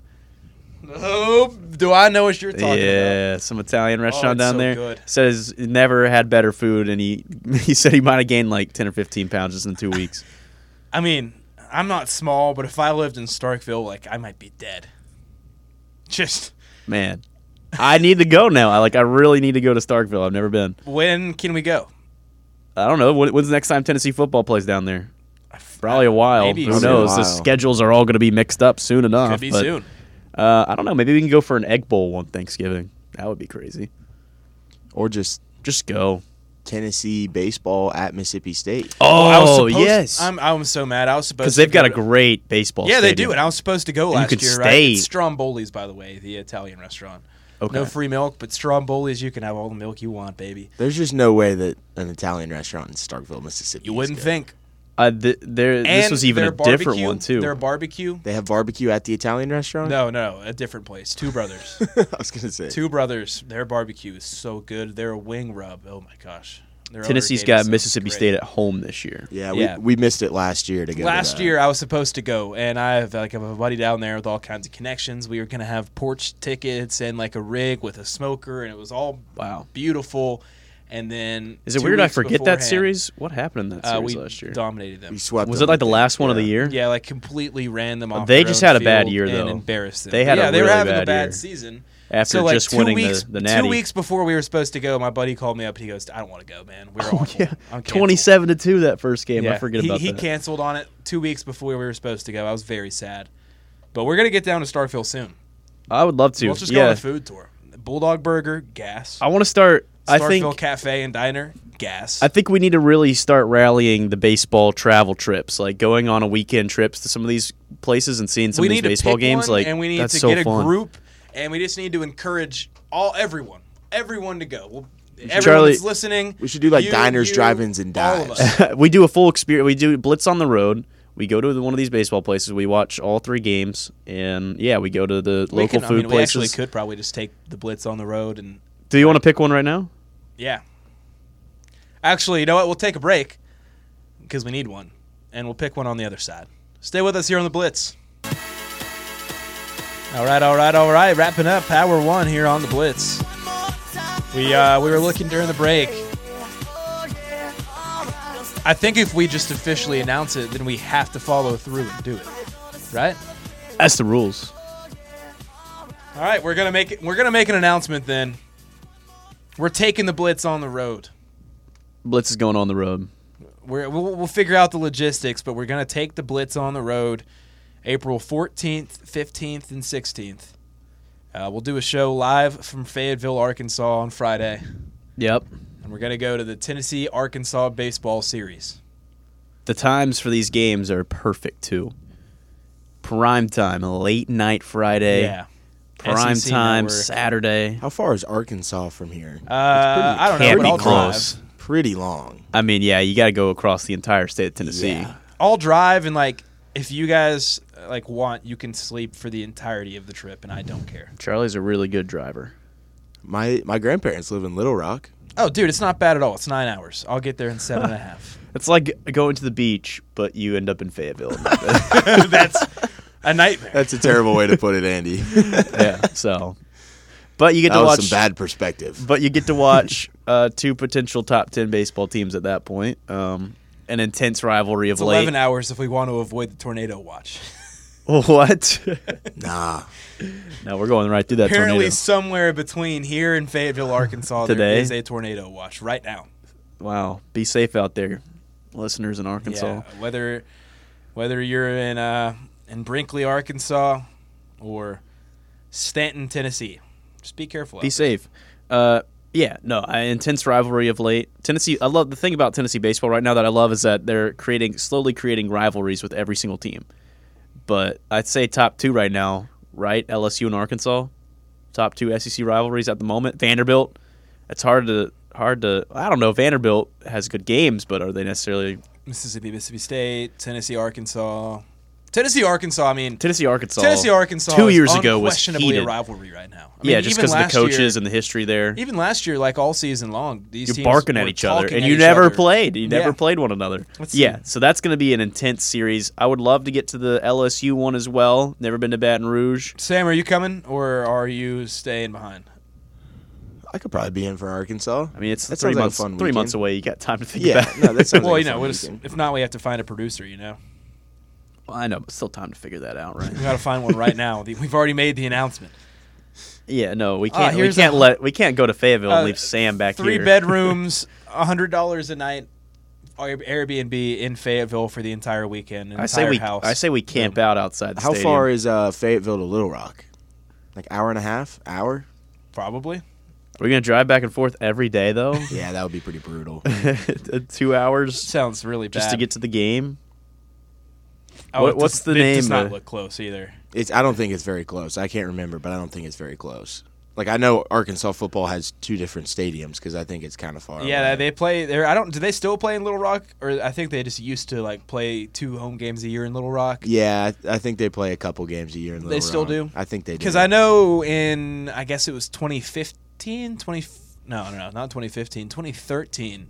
S1: Oh, do I know what you're talking about? Oh,
S2: yeah, some Italian restaurant
S1: it's
S2: down
S1: so
S2: there.
S1: good.
S2: Says he never had better food, and he he said he might have gained like ten or fifteen pounds just in two weeks.
S1: I mean, I'm not small, but if I lived in Starkville, like I might be dead. Just
S2: Man, I need to go now. I like. I really need to go to Starkville. I've never been.
S1: when can we go?
S2: I don't know. When, when's the next time Tennessee football plays down there? Probably a while.
S1: Maybe
S2: Who
S1: soon.
S2: knows? The
S3: While.
S2: schedules are all going to be mixed up soon enough.
S1: Could be
S2: but,
S1: soon.
S2: Uh, I don't know. Maybe we can go for an egg bowl one Thanksgiving. That would be crazy.
S3: or just
S2: Just go.
S3: Tennessee baseball at Mississippi State.
S2: Oh,
S1: I was supposed,
S2: yes.
S1: I'm. I'm so mad. I was supposed
S2: Because
S1: to
S2: they've got
S1: go
S2: a
S1: to-
S2: great baseball.
S1: Yeah, they do.
S2: stadium.
S1: And I was supposed to go last
S2: could
S1: year, right?
S2: stay.
S1: It's Stromboli's, by the way, the Italian restaurant.
S2: Okay.
S1: No free milk, but Stromboli's, you can have all the milk you want, baby.
S3: There's just no way that an Italian restaurant in Starkville, Mississippi.
S1: You
S3: is
S1: wouldn't
S3: good.
S1: think.
S2: Uh, th- there. This
S1: And
S2: was even a
S1: their
S2: different
S1: barbecue-
S2: one too.
S1: Their barbecue.
S3: they have barbecue at the Italian restaurant.
S1: No, no, a different place. Two brothers.
S3: I was gonna say
S1: Two brothers. Their barbecue is so good. Their wing rub. Oh my gosh. Their
S2: Tennessee's
S1: other
S2: got
S1: data
S2: Mississippi
S1: sounds
S2: State
S1: great.
S2: at home this year.
S3: Yeah,
S1: Yeah.
S3: We, we missed it last year to go. to
S1: Last
S3: that.
S1: year, I was supposed to go, and I have like I have a buddy down there with all kinds of connections. We were gonna have porch tickets and like a rig with a smoker, and it was all
S2: Wow.
S1: beautiful. And then
S2: Is it
S1: two
S2: weird I
S1: weeks
S2: forget that
S1: beforehand,
S2: series? What happened in that
S1: Uh,
S2: series
S1: we
S2: last year?
S1: dominated them.
S3: we swept.
S2: Was it
S3: them,
S2: like the
S3: I think.
S2: last one of the
S3: Yeah.
S2: year?
S1: Yeah, like completely ran them off.
S2: They
S1: their
S2: just
S1: own
S2: had a bad
S1: field
S2: year,
S1: and
S2: though.
S1: Embarrassed them.
S2: They had a
S1: yeah, they were
S2: really
S1: having a
S2: bad
S1: bad
S2: year.
S1: season.
S2: After
S1: so like
S2: just
S1: two
S2: winning the-
S1: weeks,
S2: the natty.
S1: two weeks before we were supposed to go, my buddy called me up and he goes, "I don't want to go, man. We're
S2: Oh,
S1: awful.
S2: yeah.
S1: I'm canceled."
S2: 27 to 2 that first game.
S1: Yeah,
S2: I forget
S1: he,
S2: about
S1: he
S2: that.
S1: canceled on it two weeks before we were supposed to go. I was very sad, but we're gonna get down to Starfield soon.
S2: I would love to.
S1: Let's just
S2: yeah.
S1: go on a food tour. Bulldog Burger, gas.
S2: I want to start I
S1: Starfield
S2: think
S1: Cafe and Diner, gas.
S2: I think we need to really start rallying the baseball travel trips, like going on a weekend trips to some of these places and seeing some
S1: we
S2: of these
S1: need to
S2: baseball
S1: pick
S2: games
S1: one,
S2: like
S1: and we need
S2: that's
S1: to
S2: so
S1: get a
S2: fun.
S1: group, and we just need to encourage all everyone, everyone to go. Well, everyone
S2: Charlie,
S1: that's listening.
S3: we should do, like, diners,
S1: you,
S3: drive-ins, and
S1: all of
S3: dives.
S1: us.
S2: we do a full experience. We do blitz on the road. We go to the- one of these baseball places. We watch all three games, and yeah, we go to the
S1: We
S2: local
S1: can- I
S2: food
S1: mean, we
S2: places.
S1: actually could probably just take the blitz on the road and
S2: Do you want to pick one right now?
S1: yeah. Actually, you know what? We'll take a break because we need one, and we'll pick one on the other side. Stay with us here on the blitz. All right, all right, all right. Wrapping up hour one here on the blitz. We uh, we were looking during the break. I think if we just officially announce it, then we have to follow through and do it, right?
S2: That's the rules.
S1: All right, we're gonna make it, we're gonna make an announcement then. We're taking the blitz on the road.
S2: Blitz is going on the road.
S1: We're, we'll, we'll figure out the logistics, but we're gonna take the blitz on the road, April fourteenth, fifteenth, and sixteenth. Uh, we'll do a show live from Fayetteville, Arkansas, on Friday,
S2: Yep.
S1: and we're gonna go to the Tennessee Arkansas baseball series.
S2: The times for these games are perfect too. Prime time, late night Friday.
S1: Yeah,
S2: Prime
S1: SEC
S2: time
S1: network.
S2: Saturday.
S3: How far is Arkansas from here?
S1: Uh, I don't know,
S2: Can't
S1: but
S2: be
S1: I'll
S2: close.
S1: drive.
S3: Pretty long.
S2: I mean, yeah, you got to go across the entire state of Tennessee.
S3: Yeah.
S1: I'll drive, and like if you guys uh, like want, you can sleep for the entirety of the trip, and I don't care.
S2: Charlie's a really good driver.
S3: My my grandparents live in Little Rock.
S1: Oh, dude, it's not bad at all. It's nine hours. I'll get there in seven and a half.
S2: It's like going to the beach, but you end up in Fayetteville.
S1: That's a nightmare.
S3: That's a terrible way to put it, Andy. that
S2: yeah, so. But you get to
S3: was
S2: watch.
S3: some bad perspective.
S2: but you get to watch uh, two potential top ten baseball teams at that point. Um, an intense rivalry of
S1: It's
S2: late.
S1: eleven hours if we want to avoid the tornado watch.
S2: What?
S3: Nah.
S2: no, we're going right through that
S1: Apparently,
S2: tornado.
S1: somewhere between here and Fayetteville, Arkansas, there
S2: Today?
S1: is a tornado watch right now.
S2: Wow, be safe out there, listeners in Arkansas.
S1: Yeah, whether whether you're in uh, in Brinkley, Arkansas, or Stanton, Tennessee, just be careful. out
S2: Be safe. Uh, yeah, no, I, intense rivalry of late. Tennessee. I love the thing about Tennessee baseball right now that I love is that they're creating slowly creating rivalries with every single team. But I'd say top two right now, right? LSU and Arkansas, top two SEC rivalries at the moment. Vanderbilt. It's hard to hard to. I don't know. Vanderbilt has good games, but are they necessarily
S1: Mississippi, Mississippi State, Tennessee, Arkansas, Tennessee, Arkansas. I mean,
S2: Tennessee Arkansas?
S1: Tennessee, Arkansas.
S2: Two
S1: is
S2: years ago was
S1: unquestionably
S2: heated.
S1: a rivalry right now. I
S2: yeah,
S1: mean,
S2: just
S1: even
S2: because of the
S1: last
S2: coaches
S1: year-
S2: and the history there.
S1: Even last year, like all season long, these
S2: You're
S1: teams
S2: barking at
S1: were
S2: each other,
S1: talking
S2: and
S1: at
S2: you
S1: each
S2: never
S1: other.
S2: played. You never
S1: Yeah.
S2: played one another.
S1: Let's see.
S2: yeah, so that's going to be an intense series. I would love to get to the LSU one as well. Never been to Baton Rouge.
S1: Sam, are you coming or are you staying behind?
S3: I could probably be in for Arkansas.
S2: I mean, it's
S3: That
S2: three
S3: sounds like a
S2: months.
S3: fun
S2: three
S3: weekend.
S2: months away. You got time to think
S3: Yeah,
S2: about.
S3: no, that sounds
S1: Well,
S3: like
S1: you
S3: a
S1: know,
S3: fun
S1: we'll just-
S3: weekend.
S1: if not, we have to find a producer. You know,
S2: Well, I know, but still time to figure that out, right?
S1: we got to find one right now. The- We've already made the announcement.
S2: yeah, no, we
S1: Ah,
S2: can't. we
S1: here's
S2: can't
S1: a-
S2: let. We can't go to Fayetteville
S1: Uh,
S2: and leave Sam back
S1: Three
S2: here.
S1: bedrooms, hundred dollars a night, Air- Airbnb in Fayetteville for the entire weekend.
S2: I say
S1: entire
S2: we.
S1: House. Um,
S2: I say we camp out outside. The
S3: How
S2: stadium.
S3: far is uh, Fayetteville to Little Rock? Like hour and a half? Hour?
S1: probably.
S2: We're gonna drive back and forth every day though.
S3: Yeah, that would be pretty brutal.
S2: Two hours
S1: Sounds really bad.
S2: just to get to the game.
S1: Oh,
S2: what-
S1: it does-
S2: what's the
S1: it Does
S2: name,
S1: not
S2: uh,
S1: look close either.
S3: It's. I don't think it's very close. I can't remember, but I don't think it's very close. Like I know Arkansas football has two different stadiums because I think it's kind of
S2: Oh,
S3: far.
S1: Yeah,
S3: away.
S1: they play there. I don't. Do they still play in Little Rock, or I think they just used to like play two home games a year in Little Rock?
S3: Yeah, I, I think they play a couple games a year. In Little
S1: still
S3: Rock.
S1: do?
S3: I think they do.
S1: Because I know in, I guess it was 2015, 20, no, no, no, not 2015, 2013,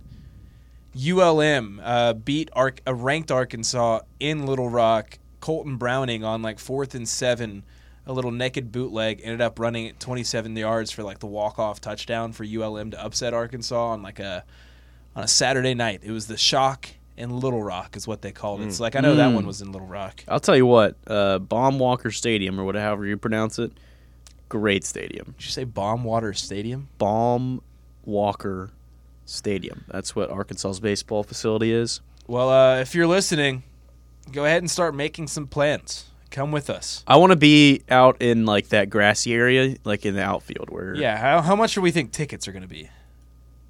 S1: ULM uh, beat Arc, uh, ranked Arkansas in Little Rock. Colton Browning on like fourth and seven, a little naked bootleg, ended up running at 27 yards for like the walk off touchdown for ULM to upset Arkansas on like a on a Saturday night. It was the shock in Little Rock is what they called it. So like I know that
S2: Mm.
S1: one was in Little Rock.
S2: I'll tell you what, uh, Bomb Walker Stadium or whatever you pronounce it, great stadium.
S1: Did you say Baumwater Stadium?
S2: Bomb Walker Stadium. That's what Arkansas's baseball facility is.
S1: Well, uh, if you're listening, go ahead and start making some plans. Come with us.
S2: I want to be out in like that grassy area, like in the outfield where.
S1: Yeah, how, how much do we think tickets are going to be?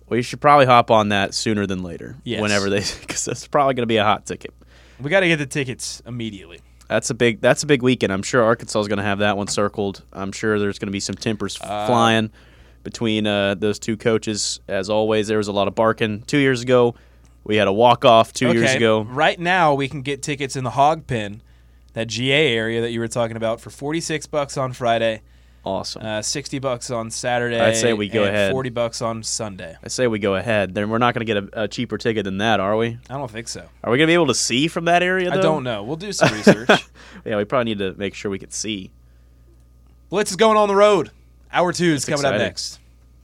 S2: We should probably hop on that sooner than later.
S1: Yes.
S2: Whenever they, because that's probably going to be a hot ticket.
S1: We got to get the tickets immediately.
S2: That's a big. That's a
S1: Uh,
S2: big weekend. I'm sure Arkansas is going to have that one circled. I'm sure there's going to be some tempers flying. between uh, those two coaches. As always, there was a lot of barking. Two years ago, we had a walk off. Two years
S1: Okay,
S2: ago,
S1: Right now, we can get tickets in the Hog Pen, that GA area that you were talking about, for forty six bucks on Friday,
S2: awesome.
S1: uh, sixty bucks on Saturday.
S2: I'd say we go
S1: and
S2: ahead.
S1: Forty bucks on Sunday.
S2: I say we go ahead. Then we're not going to get a, a cheaper ticket than that, are we?
S1: I don't think so.
S2: Are we going to be able to see from that area? Though?
S1: I don't know. We'll do some research.
S2: Yeah, we probably need to make sure we can see.
S1: Blitz is going on the road. Hour two is coming up
S2: exciting.
S1: next.